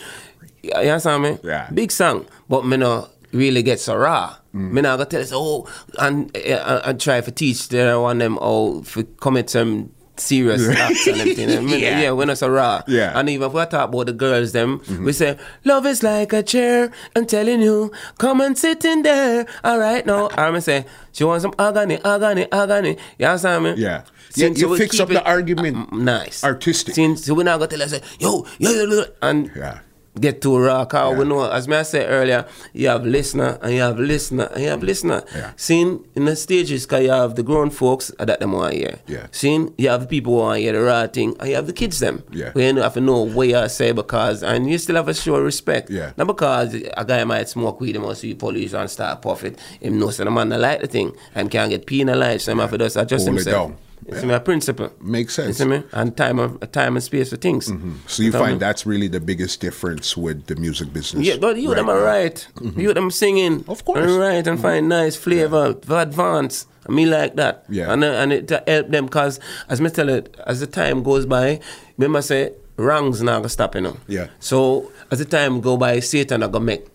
Speaker 2: You understand me?
Speaker 1: Yeah.
Speaker 2: Big song, but me no really get so raw.
Speaker 1: Mm.
Speaker 2: Me not gonna tell us oh and uh, and try to teach the one them oh for commit some serious acts and everything. Me-
Speaker 1: Yeah.
Speaker 2: yeah, when it's so raw.
Speaker 1: Yeah. Mm-hmm.
Speaker 2: And even if we talk about the girls them, we say love is like a chair. I'm telling you, come and sit in there. All right now, I'm gonna say she wants some agony, agony, agony. You understand me?
Speaker 1: Yeah.
Speaker 2: Since
Speaker 1: Yeah, you
Speaker 2: we
Speaker 1: fix
Speaker 2: keep
Speaker 1: up the argument.
Speaker 2: uh, nice.
Speaker 1: Artistic.
Speaker 2: Since we're not gonna tell us, yo, yo, yo, yo, and
Speaker 1: Yeah.
Speaker 2: get too raw. Cause
Speaker 1: Yeah.
Speaker 2: we know, as me I said earlier, you have listener and you have listener and you have listener.
Speaker 1: Yeah.
Speaker 2: Seeing in the stages, cause you have the grown folks that them want to hear.
Speaker 1: Yeah.
Speaker 2: Seeing you have the people who want to hear the raw thing, and you have the kids them.
Speaker 1: Yeah.
Speaker 2: We don't have to know what you say because, and you still have a sure respect.
Speaker 1: Yeah.
Speaker 2: Not because a guy might smoke weed and see police and start puff it. Him knows that the man not like the thing and can get penalized. So him have to just adjust
Speaker 1: Hold it
Speaker 2: himself.
Speaker 1: down.
Speaker 2: It's my principle.
Speaker 1: Makes sense. Mm-hmm.
Speaker 2: You see me? And time of time and space for things.
Speaker 1: So you
Speaker 2: Tell me.
Speaker 1: find that's really the biggest difference with the music business.
Speaker 2: Yeah, but you them
Speaker 1: now. Mm-hmm.
Speaker 2: are right. You them singing.
Speaker 1: Of course. Mm-hmm.
Speaker 2: And right and find nice flavor, advance. I mean like that.
Speaker 1: Yeah.
Speaker 2: And uh, and it to help them cause as me tell it, as the time goes by, remember say wrongs not gonna stop you know.
Speaker 1: Yeah.
Speaker 2: So as the time go by, Satan are gonna make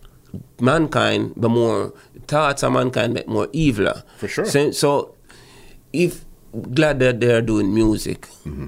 Speaker 2: mankind be more thoughts of mankind make more eviler.
Speaker 1: For sure.
Speaker 2: So, so if glad that they are doing music
Speaker 1: Mm-hmm.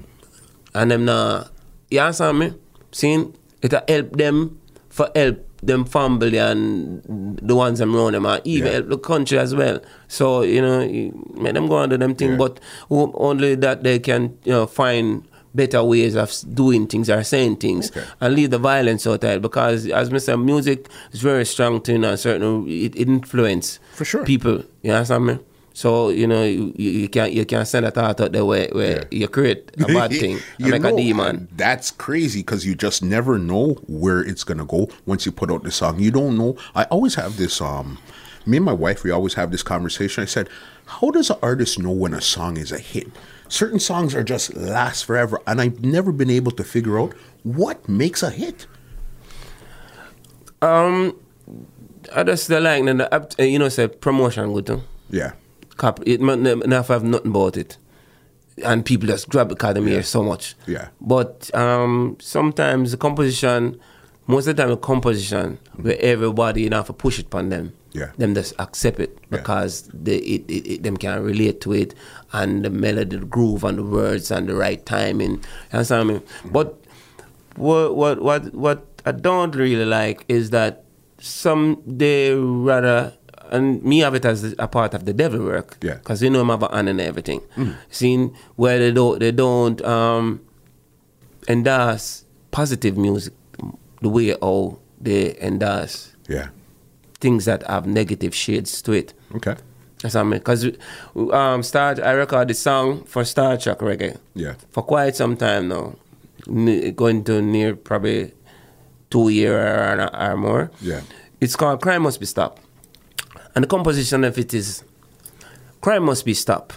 Speaker 2: and them na you understand me? Seeing it'll help them for help them family and the ones them around them and even
Speaker 1: Yeah.
Speaker 2: help the country as well. So, you know, you- make them go on do them thing,
Speaker 1: Yeah.
Speaker 2: but o- only that they can, you know, find better ways of s- doing things or saying things
Speaker 1: Okay.
Speaker 2: and leave the violence out of it because as Mr. Music is very strong to you know, certain it, it influence
Speaker 1: For sure.
Speaker 2: people. You understand me? So, you know, you, you you can't you can't send a thought out there where, where
Speaker 1: Yeah.
Speaker 2: you create a bad thing. I
Speaker 1: you
Speaker 2: like
Speaker 1: know,
Speaker 2: a demon.
Speaker 1: That's crazy because you just never know where it's gonna go once you put out the song. You don't know. I always have this. Um, me and my wife, we always have this conversation. I said, "How does an artist know when a song is a hit? Certain songs are just last forever, and I've never been able to figure out what makes a hit."
Speaker 2: Um, I just the like and the apt- uh, you know say promotion go to
Speaker 1: Yeah,
Speaker 2: cop it man them not have nothing about it. And people just grab it because they hear so much.
Speaker 1: Yeah.
Speaker 2: But um sometimes the composition most of the time the composition where everybody you know have to push it upon them.
Speaker 1: Yeah.
Speaker 2: Them just accept it
Speaker 1: Yeah.
Speaker 2: because they it, it, it them can relate to it and the melody, the groove and the words and the right timing. You understand what I mean?
Speaker 1: Mm-hmm.
Speaker 2: But what what what what I don't really like is that some they rather and me have it as a part of the devil work.
Speaker 1: Yeah. Mm.
Speaker 2: Cause you know I'm have an hand in everything. Seeing where they don't they don't um endorse positive music the way all they endorse
Speaker 1: yeah,
Speaker 2: things that have negative shades to it.
Speaker 1: okay,
Speaker 2: That's what I mean. Because um, Star, I record the song for Star Trek Reggae.
Speaker 1: Yeah.
Speaker 2: For quite some time now. Ne- going to near probably two year or, or more.
Speaker 1: Yeah.
Speaker 2: It's called Crime Must Be Stopped. And the composition of it is Crime Must Be Stopped.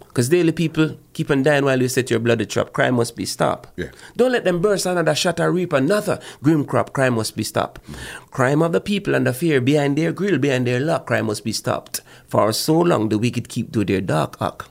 Speaker 2: Because daily people keep on dying while you set your bloody trap. Crime must be stopped.
Speaker 1: Yeah.
Speaker 2: Don't let them burst another shot or reap another grim crop. Crime must be stopped. Crime of the people and the fear behind their grill, behind their lock. Crime must be stopped. For so long the wicked keep do their dark act.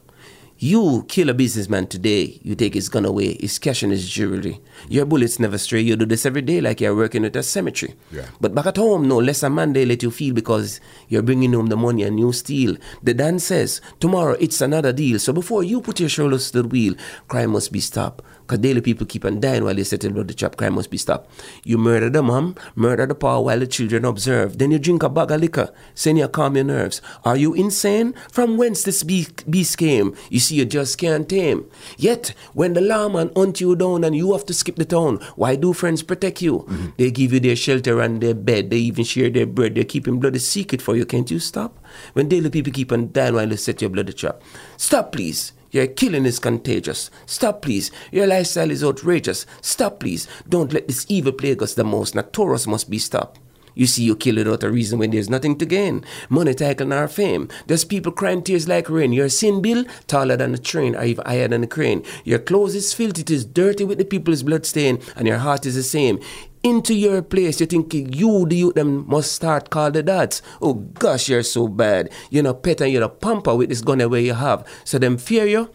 Speaker 2: You kill a businessman today, you take his gun away, his cash and his jewelry. Your bullets never stray, you do this every day like you're working at a cemetery.
Speaker 1: Yeah.
Speaker 2: But back at home, no less a man they let you feel because you're bringing home the money and you steal. The Dan says, tomorrow it's another deal. So before you put your shoulders to the wheel, crime must be stopped. Because daily people keep on dying while they settle about the chop. Crime must be stopped. You murder the mom, murder the pa while the children observe. Then you drink a bag of liquor, saying you calm your nerves. Are you insane? From whence this be- beast came, you see you just can't tame. Yet, when the lawman hunt you down and you have to skip the town, why do friends protect you? They give you their shelter and their bed. They even share their bread. They're keeping bloody secret for you. Can't you stop? When daily people keep on dying while they set your bloody trap. Stop, please. Your killing is contagious. Stop, please. Your lifestyle is outrageous. Stop, please. Don't let this evil plague us the most. Notorious must be stopped. You see, you kill without a reason when there's nothing to gain. Money, title, nor fame. There's people crying tears like rain. Your sin bill, taller than a train, or even higher than a crane. Your clothes is filthy, it is dirty with the people's blood stain, and your heart is the same. Into your place, you think you, the youth, them must start call the dots. Oh gosh, you're so bad. You're not pet and you're a pamper with this gun away you have. So them fear you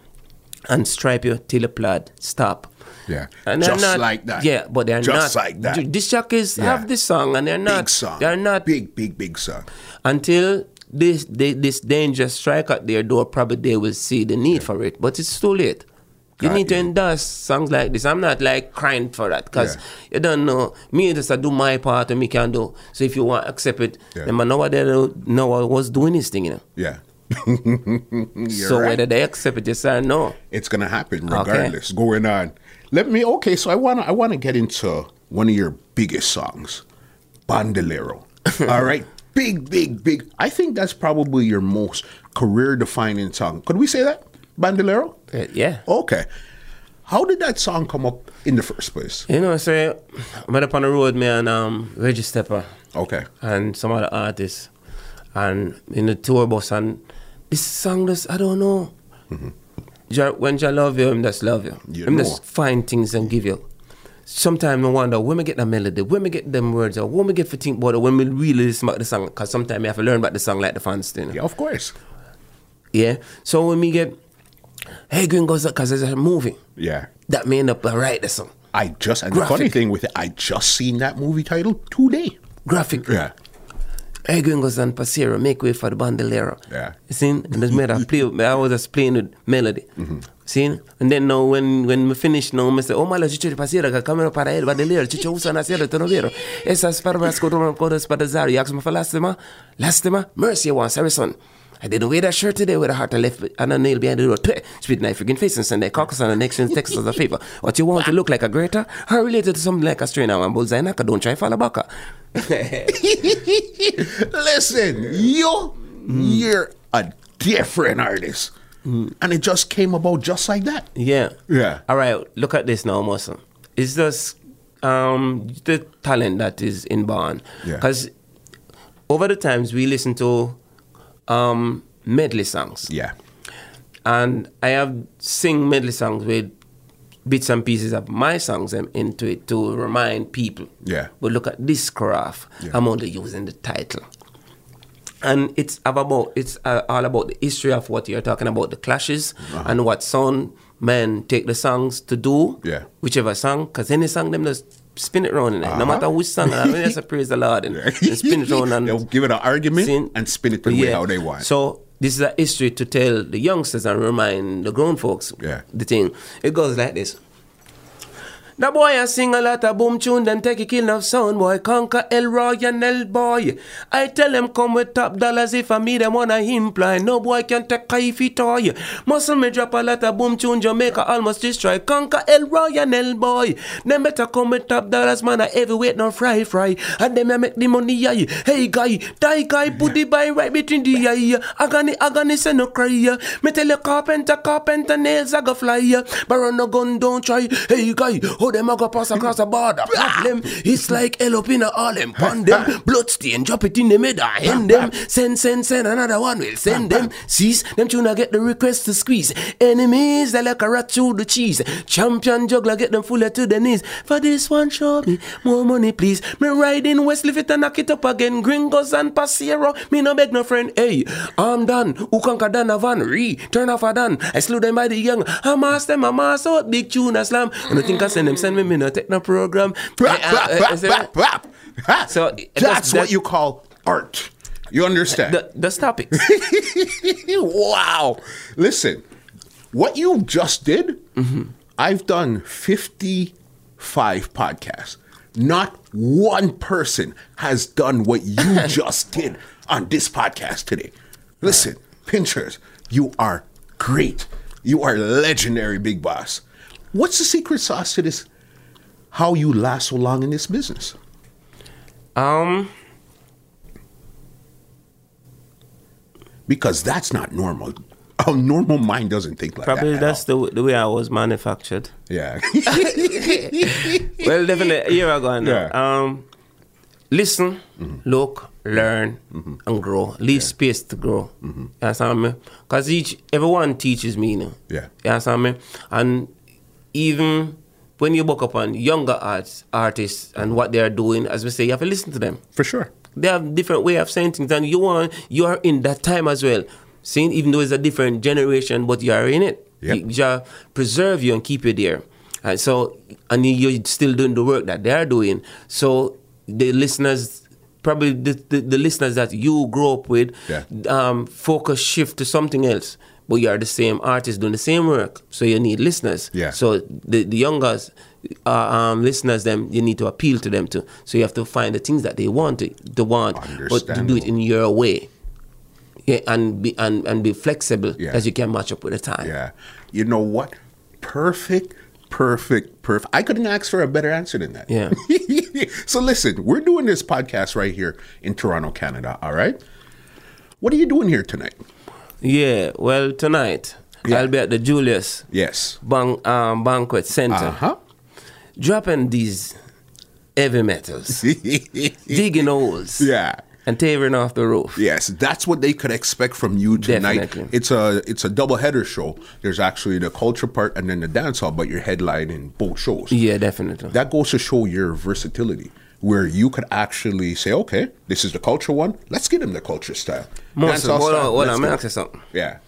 Speaker 2: and stripe you till the blood stop.
Speaker 1: Yeah.
Speaker 2: And they're
Speaker 1: Just
Speaker 2: not-
Speaker 1: like that.
Speaker 2: Yeah, but they're not.
Speaker 1: Just like that.
Speaker 2: Th- These jockeys have this song, and they're not.
Speaker 1: big song.
Speaker 2: They're not
Speaker 1: big, big, big song.
Speaker 2: until this they, this danger strike at their door. Probably they will see the need for it, but it's too late. You
Speaker 1: Got
Speaker 2: need to
Speaker 1: you.
Speaker 2: endorse songs like this. I'm not like crying for that because
Speaker 1: Yeah.
Speaker 2: you don't know. Me just I do my part and me can do. So if you want accept it,
Speaker 1: Yeah.
Speaker 2: then I know what they do- know what was doing this thing, you know.
Speaker 1: Yeah.
Speaker 2: so
Speaker 1: right.
Speaker 2: whether they accept it, yes or no.
Speaker 1: it's gonna happen regardless going on let me okay so i want to i want to get into one of your biggest songs bandolero all right big big big i think that's probably your most career defining song could we say that bandolero
Speaker 2: Uh, Yeah.
Speaker 1: okay how did that song come up in the first place
Speaker 2: You know, so I'm up on the road, me and um, Reggie Stepper
Speaker 1: okay
Speaker 2: and some other artists, and in the tour bus, and this song just I don't know. Ja- when I love you, him just love you.
Speaker 1: Mm-hmm. You
Speaker 2: him
Speaker 1: know.
Speaker 2: just find things and give you. Sometimes I wonder when we get the melody, when we get them words, or when we get to think about it, when we really listen about the song, because sometimes you have to learn about the song like the fans do. you know.
Speaker 1: yeah of course
Speaker 2: Yeah. So when we get, hey, Gringos, because it's a movie,
Speaker 1: yeah
Speaker 2: that may end up I write the song.
Speaker 1: i just and the funny
Speaker 2: Graphic.
Speaker 1: thing with it i just seen that movie title today
Speaker 2: Graphic.
Speaker 1: yeah
Speaker 2: Hey, Gringos and Pasero, make way for the bandolero.
Speaker 1: Yeah.
Speaker 2: You seen? And that's made I play. I was just playing with melody. Seen? And then now when when we finish now, me say, oh my lord, chicho de Pasero, que camino para el bandolero, chicho usa nacero, tonovero. Esas palabras que toman codas para Zaro. You ask me for lástima, lástima, mercy once, every son. I didn't wear that shirt today with a heart I left and a nail behind the door. Twit, spit knife freaking face and send their caucus and the next in Texas as a favor. What you want to look like a greater? Her related to something like a strainer and bullseye knocker, don't try follow backer.
Speaker 1: Listen, you, you're a different artist. And it just came about just like that.
Speaker 2: Yeah.
Speaker 1: Yeah.
Speaker 2: All right. Look at this now, Muslim. It's just um, the talent that is inborn.
Speaker 1: Yeah.
Speaker 2: Because over the times we listen to um, medley songs,
Speaker 1: Yeah.
Speaker 2: and I have sing medley songs with bits and pieces of my songs and into it to remind people.
Speaker 1: Yeah.
Speaker 2: But look at this graph. I'm only using the title and it's ab- about it's uh, all about the history of what you're talking about the clashes
Speaker 1: Uh-huh.
Speaker 2: and what sound men take the songs to do
Speaker 1: Yeah. Uh-huh.
Speaker 2: whichever song because any song them just spin it round in it no matter which song and I just praise the Lord and, and spin it round and
Speaker 1: They'll give it an argument
Speaker 2: sin-
Speaker 1: and spin it the way how they want.
Speaker 2: so this is a history to tell the youngsters and remind the grown folks
Speaker 1: Yeah.
Speaker 2: the thing it goes like this the boy a sing a lot of boom tune, then take a kill of sound boy. Conquer El Roy and El Boy. I tell him come with top dollars if I meet them wanna imply. No boy can take a if he toy. Muscle me drop a lot of boom tune, Jamaica almost destroy. Conquer El Roy and El Boy. Them better come with top dollars, man. I heavyweight no fry fry. And them I make the money aye. Hey guy, die guy, put the buy right between the eye. Agony, agony, say no cry. Me tell a carpenter, carpenter nails I go fly. Baron no gun don't try. Hey guy, how them a go pass across the border? Problem, it's like hell up in a harlem. Pon them, bloodstain, drop it in the middle, hand them. Send, send, send, another one will send them. Cease, them tuna get the request to squeeze. Enemies, they like a rat through the cheese. Champion juggler, get them fuller to the knees. For this one, show me more money, please. Me ride in West Liffit and knock it up again. Gringos and Pasero, me no beg no friend. Hey, I'm done. Who conquer Donovan? Re, turn off a done. I slew them by the young. I mass them, I mass out. Big tune, I slam. And I think I send them, send me, me no techno program.
Speaker 1: Blah,
Speaker 2: Eh,
Speaker 1: blah,
Speaker 2: uh, eh,
Speaker 1: blah,
Speaker 2: is there-
Speaker 1: blah, blah. Ha!
Speaker 2: So,
Speaker 1: that's,
Speaker 2: it- that's-
Speaker 1: what
Speaker 2: that-
Speaker 1: you call art. You understand?
Speaker 2: The, the topics.
Speaker 1: wow. Listen, what you just did, I've done 55 podcasts. Not one person has done what you just did on this podcast today. Listen, Pinchers, you are great. You are legendary, big boss. What's the secret sauce to this? How you last so long in this business?
Speaker 2: um,
Speaker 1: Because that's not normal. A normal mind doesn't think like
Speaker 2: probably
Speaker 1: that. at
Speaker 2: that's the, the way I was manufactured.
Speaker 1: all. yeah.
Speaker 2: well, definitely a year ago. I know.
Speaker 1: Yeah. Mm-hmm.
Speaker 2: Um, listen, look, learn, and grow. Leave space to grow.
Speaker 1: Mm-hmm.
Speaker 2: You understand me? Because each everyone teaches me. You know?
Speaker 1: Yeah.
Speaker 2: You understand me? And even when you look upon younger arts artists and what they are doing, as we say, you have to listen to them
Speaker 1: For sure.
Speaker 2: they have different way of saying things and you are you are in that time as well saying even though it's a different generation but you are in it
Speaker 1: Yep.
Speaker 2: you, you preserve you and keep you there and so and you- you're still doing the work that they are doing so the listeners probably the, the, the listeners that you grow up with
Speaker 1: Yeah.
Speaker 2: um, focus shift to something else but you are the same artist doing the same work so you need listeners
Speaker 1: Yeah.
Speaker 2: so the, the younger uh, um, listeners, them you need to appeal to them too. So you have to find the things that they want, to, to want, but to do
Speaker 1: Understandable.
Speaker 2: it in your way. Yeah, and be and, and be flexible
Speaker 1: Yeah.
Speaker 2: as you can match up with the time.
Speaker 1: Yeah. You know what? Perfect, perfect, perfect. I couldn't ask for a better answer than that.
Speaker 2: Yeah.
Speaker 1: so listen, we're doing this podcast right here in Toronto, Canada. All right. What are you doing here tonight?
Speaker 2: Yeah, Well, tonight
Speaker 1: Yeah.
Speaker 2: I'll be at the Julius
Speaker 1: Yes.
Speaker 2: Ban- um, Banquet Center,
Speaker 1: Uh huh.
Speaker 2: dropping these heavy metals, digging holes,
Speaker 1: yeah.
Speaker 2: and tearing off the roof.
Speaker 1: Yes, that's what they could expect from you tonight.
Speaker 2: Definitely.
Speaker 1: It's a it's a double header show. There's actually the culture part and then the dance hall, but you're headlining both shows.
Speaker 2: Yeah, definitely.
Speaker 1: that goes to show your versatility where you could actually say okay this is the culture one let's give them the culture style
Speaker 2: Most
Speaker 1: Dancehall style,
Speaker 2: hold on, hold on.
Speaker 1: let's
Speaker 2: I'm gonna
Speaker 1: go.
Speaker 2: ask you something.
Speaker 1: yeah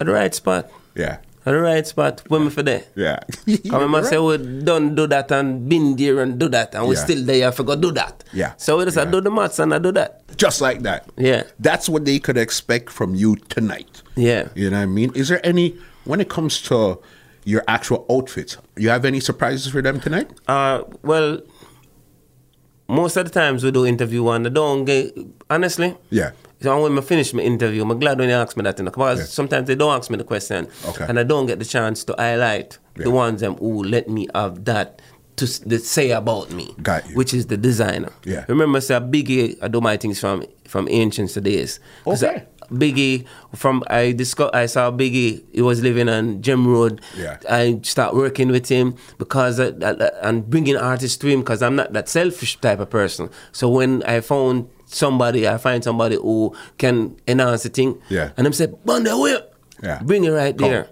Speaker 2: At the right spot.
Speaker 1: yeah
Speaker 2: At the right spot. Women for there.
Speaker 1: yeah
Speaker 2: Come and
Speaker 1: Right.
Speaker 2: say we don't do that and been there and do that and we
Speaker 1: Yeah.
Speaker 2: still there I forgot do that.
Speaker 1: Yeah.
Speaker 2: So we just I
Speaker 1: Yeah.
Speaker 2: do the maths and I do that.
Speaker 1: just like that
Speaker 2: Yeah.
Speaker 1: that's what they could expect from you tonight
Speaker 2: Yeah.
Speaker 1: you know what i mean is there any when it comes to your actual outfits you have any surprises for them tonight
Speaker 2: Uh well most of the times we do interview and I don't get honestly.
Speaker 1: Yeah.
Speaker 2: So when I finish my interview, I'm glad when you ask me that you know, because
Speaker 1: Yeah.
Speaker 2: sometimes they don't ask me the question.
Speaker 1: Okay.
Speaker 2: And I don't get the chance to highlight
Speaker 1: Yeah.
Speaker 2: the ones them who let me have that to s- to say about me.
Speaker 1: Got you.
Speaker 2: Which is the designer.
Speaker 1: Yeah.
Speaker 2: Remember I said Biggie I do my things from from ancient to days. 'Cause
Speaker 1: Okay.
Speaker 2: I- Biggie from I disco I saw Biggie. He was living on Gem Road.
Speaker 1: Yeah.
Speaker 2: I start working with him because I, I, and bringing artists to him because I'm not that selfish type of person. So when I found somebody, I find somebody who can enhance the thing.
Speaker 1: Yeah.
Speaker 2: And them say, "Bundy, where?
Speaker 1: Yeah.
Speaker 2: Bring it right
Speaker 1: Come. Mm-hmm.
Speaker 2: there."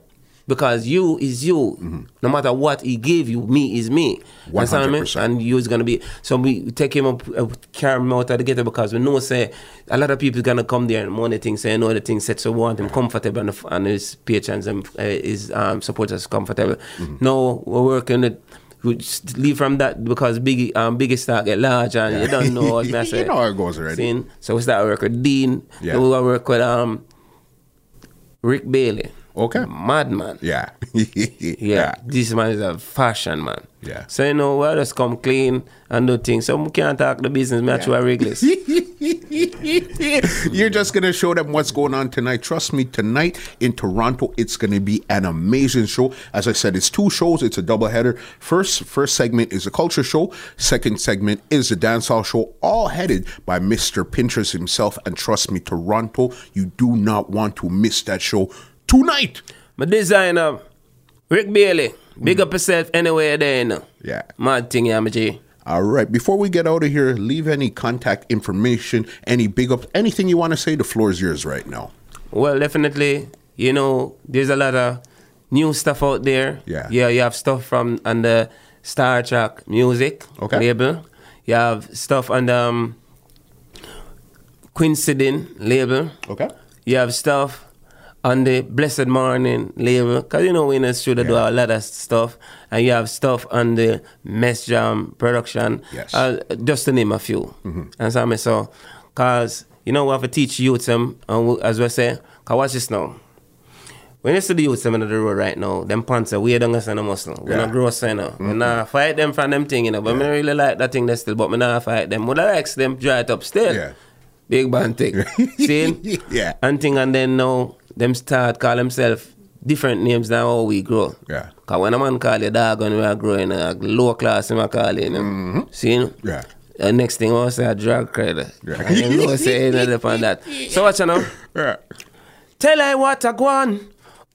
Speaker 2: Because you is you, no matter what he gave you, me is me. You understand what I mean?
Speaker 1: 100%.
Speaker 2: And you is gonna be so we take him up, uh, carry him out of the ghetto because we know say a lot of people gonna come there and money things say and other things said so we want him comfortable and, and his patrons and uh, his um, supporters comfortable.
Speaker 1: Mm-hmm.
Speaker 2: No, we're working it. We just leave from that because big um biggie start get large and you don't know what I
Speaker 1: You
Speaker 2: say.
Speaker 1: know how it goes already.
Speaker 2: Seen? So we start work with Dean.
Speaker 1: Yeah.
Speaker 2: Then we gonna work with um Rick Bailey.
Speaker 1: Okay.
Speaker 2: Madman.
Speaker 1: yeah
Speaker 2: Mm. Yeah, this man is a fashion man.
Speaker 1: Yeah.
Speaker 2: So you know, I just come clean and do things. So we can't talk the business, match yeah. Wrigley's.
Speaker 1: You're just gonna show them what's going on tonight. Trust me, tonight in Toronto, it's gonna be an amazing show. As I said, it's two shows. It's a double header. First, first segment is a culture show. Second segment is the dancehall show, all headed by Mr. Pinterest himself. And trust me, Toronto, you do not want to miss that show tonight.
Speaker 2: My designer, Rick Bailey. Big up yourself anywhere there, you know.
Speaker 1: Yeah.
Speaker 2: Mad thing, yeah, my G.
Speaker 1: All right. Before we get out of here, leave any contact information, any big ups, anything you want to say. The floor is yours right now.
Speaker 2: Well, definitely, you know, there's a lot of new stuff out there.
Speaker 1: Yeah.
Speaker 2: Yeah, you have stuff from on the Star Trek music
Speaker 1: Okay.
Speaker 2: label. You have stuff on the um, Quincidin label.
Speaker 1: Okay.
Speaker 2: You have stuff on the Blessed Morning label, because you know we in the studio do a lot of stuff, and you have stuff on the Mess Jam production,
Speaker 1: Yes. Mm-hmm.
Speaker 2: uh, just to name a few. And so I mean, so, because you know we have to teach youth them, and we, as we say, because watch this now. When you see the youth them in the road right now, them pants are weird and a muscle. We're
Speaker 1: Yeah. Mm-hmm.
Speaker 2: not gross, you know. We nah fight them from them thing, you know. But me really like that thing they still, but me nah fight them. Would I like them dry it up still?
Speaker 1: Yeah.
Speaker 2: Big band thing. See?
Speaker 1: Yeah.
Speaker 2: And thing and then now them start call themselves different names than how we grow.
Speaker 1: Yeah.
Speaker 2: Cause when a man call you dog when we are growing a low class him a call you. know. See? you know?
Speaker 1: Mm-hmm. Yeah.
Speaker 2: And next thing I say a drug credit.
Speaker 1: Yeah.
Speaker 2: And then we say another upon that. So watch you know.
Speaker 1: Yeah.
Speaker 2: Tell I what I want.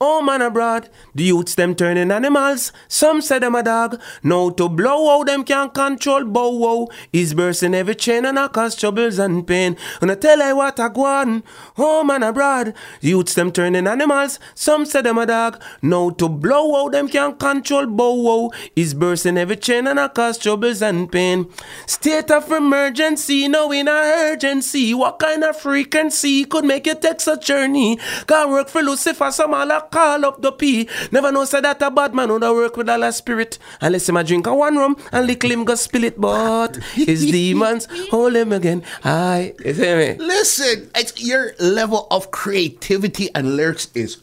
Speaker 2: Oh man abroad, the youths them turning animals. Some say them a dog. Now to blow out them can't control bow wow. Is bursting every chain and I cause troubles and pain. And I tell I what I want. Oh man abroad, the youths them turning animals. Some say them a dog. Now to blow out them can't control bow wow. Is bursting every chain and I cause troubles and pain. State of emergency, no in a urgency. What kind of frequency could make you take such journey? God work for Lucifer, some all a call up the P. Never know say that a bad man would a work with all a spirit. Unless him a drink a one rum and little him go spill it, but his demons hold him again. Aye, you see me?
Speaker 1: Listen, it's your level of creativity and lyrics is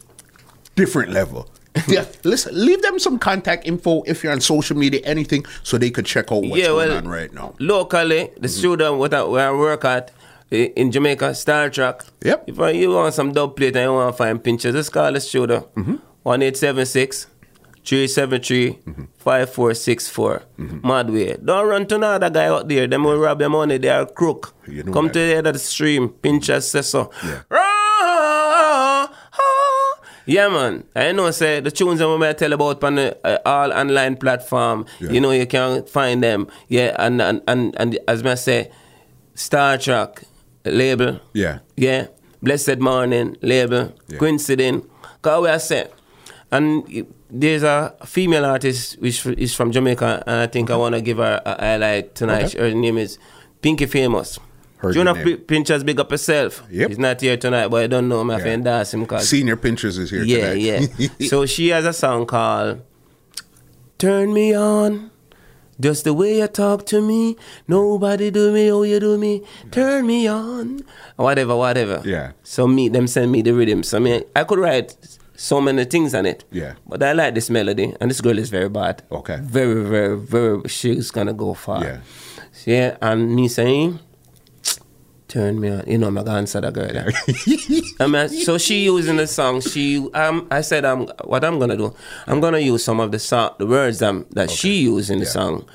Speaker 1: different level. yeah, listen, leave them some contact info if you're on social media, anything, so they could check out what's going on right now.
Speaker 2: Locally,
Speaker 1: Mm-hmm.
Speaker 2: the student what I, where I work at i- in Jamaica, Star Trek.
Speaker 1: Yep.
Speaker 2: If I, you want some dub plate and you want to find pinches, just call the student.
Speaker 1: Mm-hmm.
Speaker 2: 1876 373
Speaker 1: Mm-hmm.
Speaker 2: 5464. Mad way. Don't run to another guy out there. Them will rob your money. They are crook.
Speaker 1: You know
Speaker 2: Come
Speaker 1: that.
Speaker 2: to the head of the stream. Pinchers say so.
Speaker 1: Yeah.
Speaker 2: Yeah, man. I know, say, the tunes I'm going to tell about on the, uh, all online platform, you know, you can find them. Yeah, and, and, and, and as I say, Star Trek label.
Speaker 1: Yeah.
Speaker 2: Yeah. Blessed Morning label.
Speaker 1: Yeah.
Speaker 2: Coincident. Because we are set. And y- there's a female artist which f- is from Jamaica, and I think I want to give her a highlight tonight.
Speaker 1: Okay.
Speaker 2: Her name is Pinky Famous.
Speaker 1: Heard
Speaker 2: Juna
Speaker 1: the name.
Speaker 2: Pinchas big up herself.
Speaker 1: Yep.
Speaker 2: He's not here tonight, but I don't know. My
Speaker 1: Yeah.
Speaker 2: friend asked him. 'cause-
Speaker 1: Senior Pinchers is here
Speaker 2: yeah,
Speaker 1: today.
Speaker 2: yeah. so she has a song called "Turn Me On." Just the way you talk to me, nobody do me how you do me. Turn me on, whatever, whatever.
Speaker 1: Yeah.
Speaker 2: So me, them send me the rhythm. So I mean, I could write so many things on it.
Speaker 1: Yeah.
Speaker 2: But I like this melody, and this girl is very bad.
Speaker 1: Okay.
Speaker 2: Very, very, very. She's gonna go far.
Speaker 1: Yeah.
Speaker 2: Yeah, and me saying, "Turn me on," you know, my answer that girl. there. I mean, so she using the song. She um, I said um, what I'm gonna do? I'm gonna use some of the song, the words um, that she used in the
Speaker 1: Yeah.
Speaker 2: song,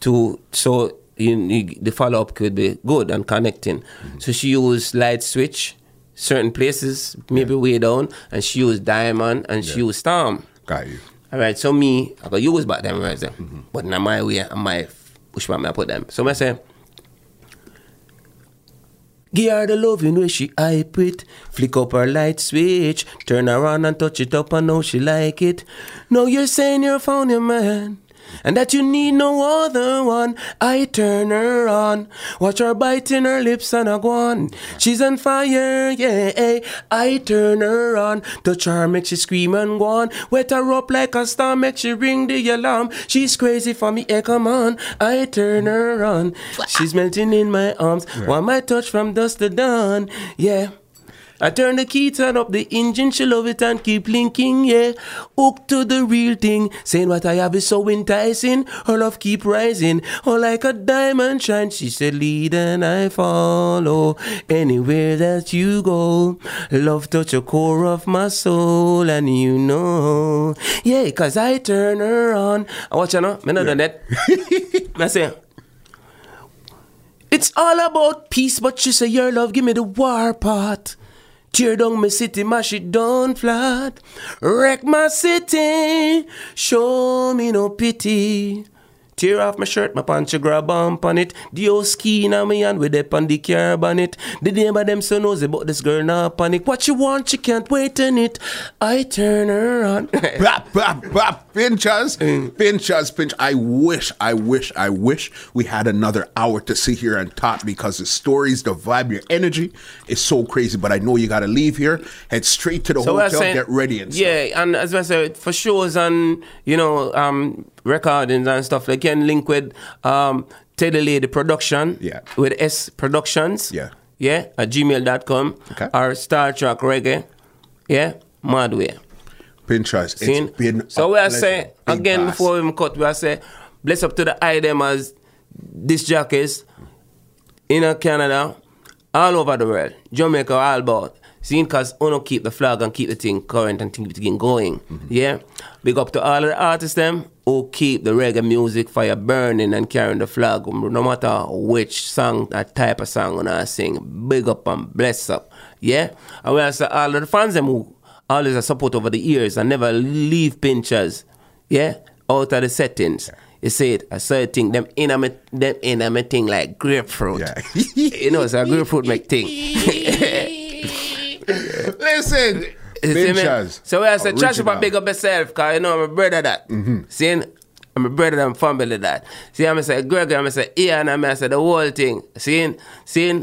Speaker 2: to so you, you, the follow up could be good and connecting.
Speaker 1: Mm-hmm.
Speaker 2: So she used light switch, certain places maybe way down, and she used diamond and she
Speaker 1: Yeah.
Speaker 2: used storm.
Speaker 1: Got you.
Speaker 2: All right, so me, I got use back them words, them. but now my way, I might push back, me I put them. So I say, Give her the love in way she hype it. Flick up her light switch. Turn around and touch it up and know she like it. No, you're saying you found your man. And that you need no other one. I turn her on. Watch her biting her lips and I go on. She's on fire, yeah. eh. I turn her on. Touch her, make she scream and go on. Wet her up like a star, make she ring the alarm. She's crazy for me, eh, come on. I turn her on. She's melting in my arms. While my touch from dusk to dawn, yeah. I turn the key, turn up the engine, she love it and keep linking, yeah. Hooked to the real thing, saying what I have is so enticing. Her love keep rising, oh like a diamond shine. She said, lead and I follow anywhere that you go. Love touch the core of my soul and you know, yeah, cause I turn her on. I watch her now, me not done that. I say, it's all about peace, but she say your love, give me the war part. Tear down my city, mash it down flat. Wreck my city, show me no pity. Tear off my shirt, my pants, you grab bump on it. The old skin on me and with up on the curb on it. The name of them so nosy, but this girl not panic. What you want, she can't wait on it. I turn her on.
Speaker 1: Bap, bap, bap. Pinchas, Pinchas, Pinch. I wish, I wish, I wish we had another hour to sit here and talk because the stories, the vibe, your energy is so crazy. But I know you got to leave here, head straight to the
Speaker 2: So we're
Speaker 1: hotel,
Speaker 2: saying-
Speaker 1: get ready and stuff.
Speaker 2: yeah, and as I said, for shows and you know um, recordings and stuff, they can link with um, Teddy Lady Production.
Speaker 1: Yeah.
Speaker 2: With S Productions.
Speaker 1: Yeah.
Speaker 2: Yeah, at gmail.com.
Speaker 1: Okay.
Speaker 2: Or Star Trek Reggae. Yeah, Madway.
Speaker 1: Pinchas,
Speaker 2: Seen?
Speaker 1: it's been
Speaker 2: so
Speaker 1: a
Speaker 2: we are
Speaker 1: pleasure.
Speaker 2: saying
Speaker 1: Big
Speaker 2: again
Speaker 1: boss.
Speaker 2: before we cut, we are saying bless up to the I them as this jack is in uh, Canada, all over the world, Jamaica, all about. Seeing cause uno keep the flag and keep the thing current and keep the thing going. Yeah. Big up to all of the artists them who keep the reggae music fire burning and carrying the flag no matter which song that type of song when I sing. Big up and bless up. Yeah. And we also all of the fans them who always a support over the ears and never leave pinchers, yeah, out of the settings. You see it, a certain thing, them in a me, them in a me thing like grapefruit.
Speaker 1: Yeah.
Speaker 2: you know, it's a grapefruit make thing.
Speaker 1: Listen,
Speaker 2: You see me?
Speaker 1: Pinchers.
Speaker 2: So we I said, trash
Speaker 1: Original. Mm-hmm.
Speaker 2: up and big up yourself, cause you know I'm a brother that. See, I'm a brother and family that. See, I'm say Gregory, I'm say Ian, I'm say the whole thing. See, see,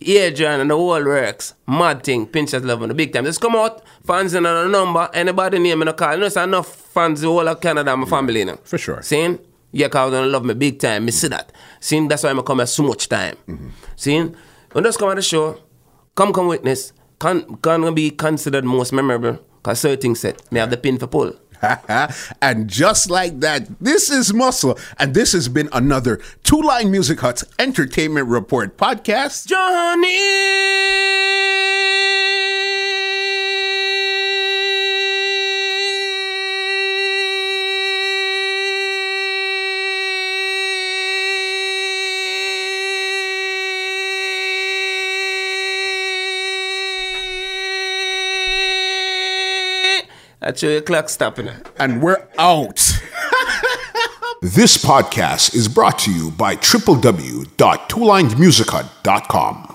Speaker 2: Adrian and the whole works. Mad thing, pinchers love on the big time. Just come out, fans in on a number, anybody name in a call. You know, it's enough fans the whole of Canada and my family you know.
Speaker 1: for sure.
Speaker 2: See? Yeah, cause I love me big time. Me see that. See, that's why I'm come here so much time. See? When just come on the show, come come witness, can can be considered most memorable. Cause certain set. Me have the pin for pull.
Speaker 1: and just like that, this is Muscle, and this has been another Two Line Music Hut's Entertainment Report podcast.
Speaker 2: Johnny. At your clock stopping.
Speaker 1: and we're out. this podcast is brought to you by www.twolinedmusichut.com.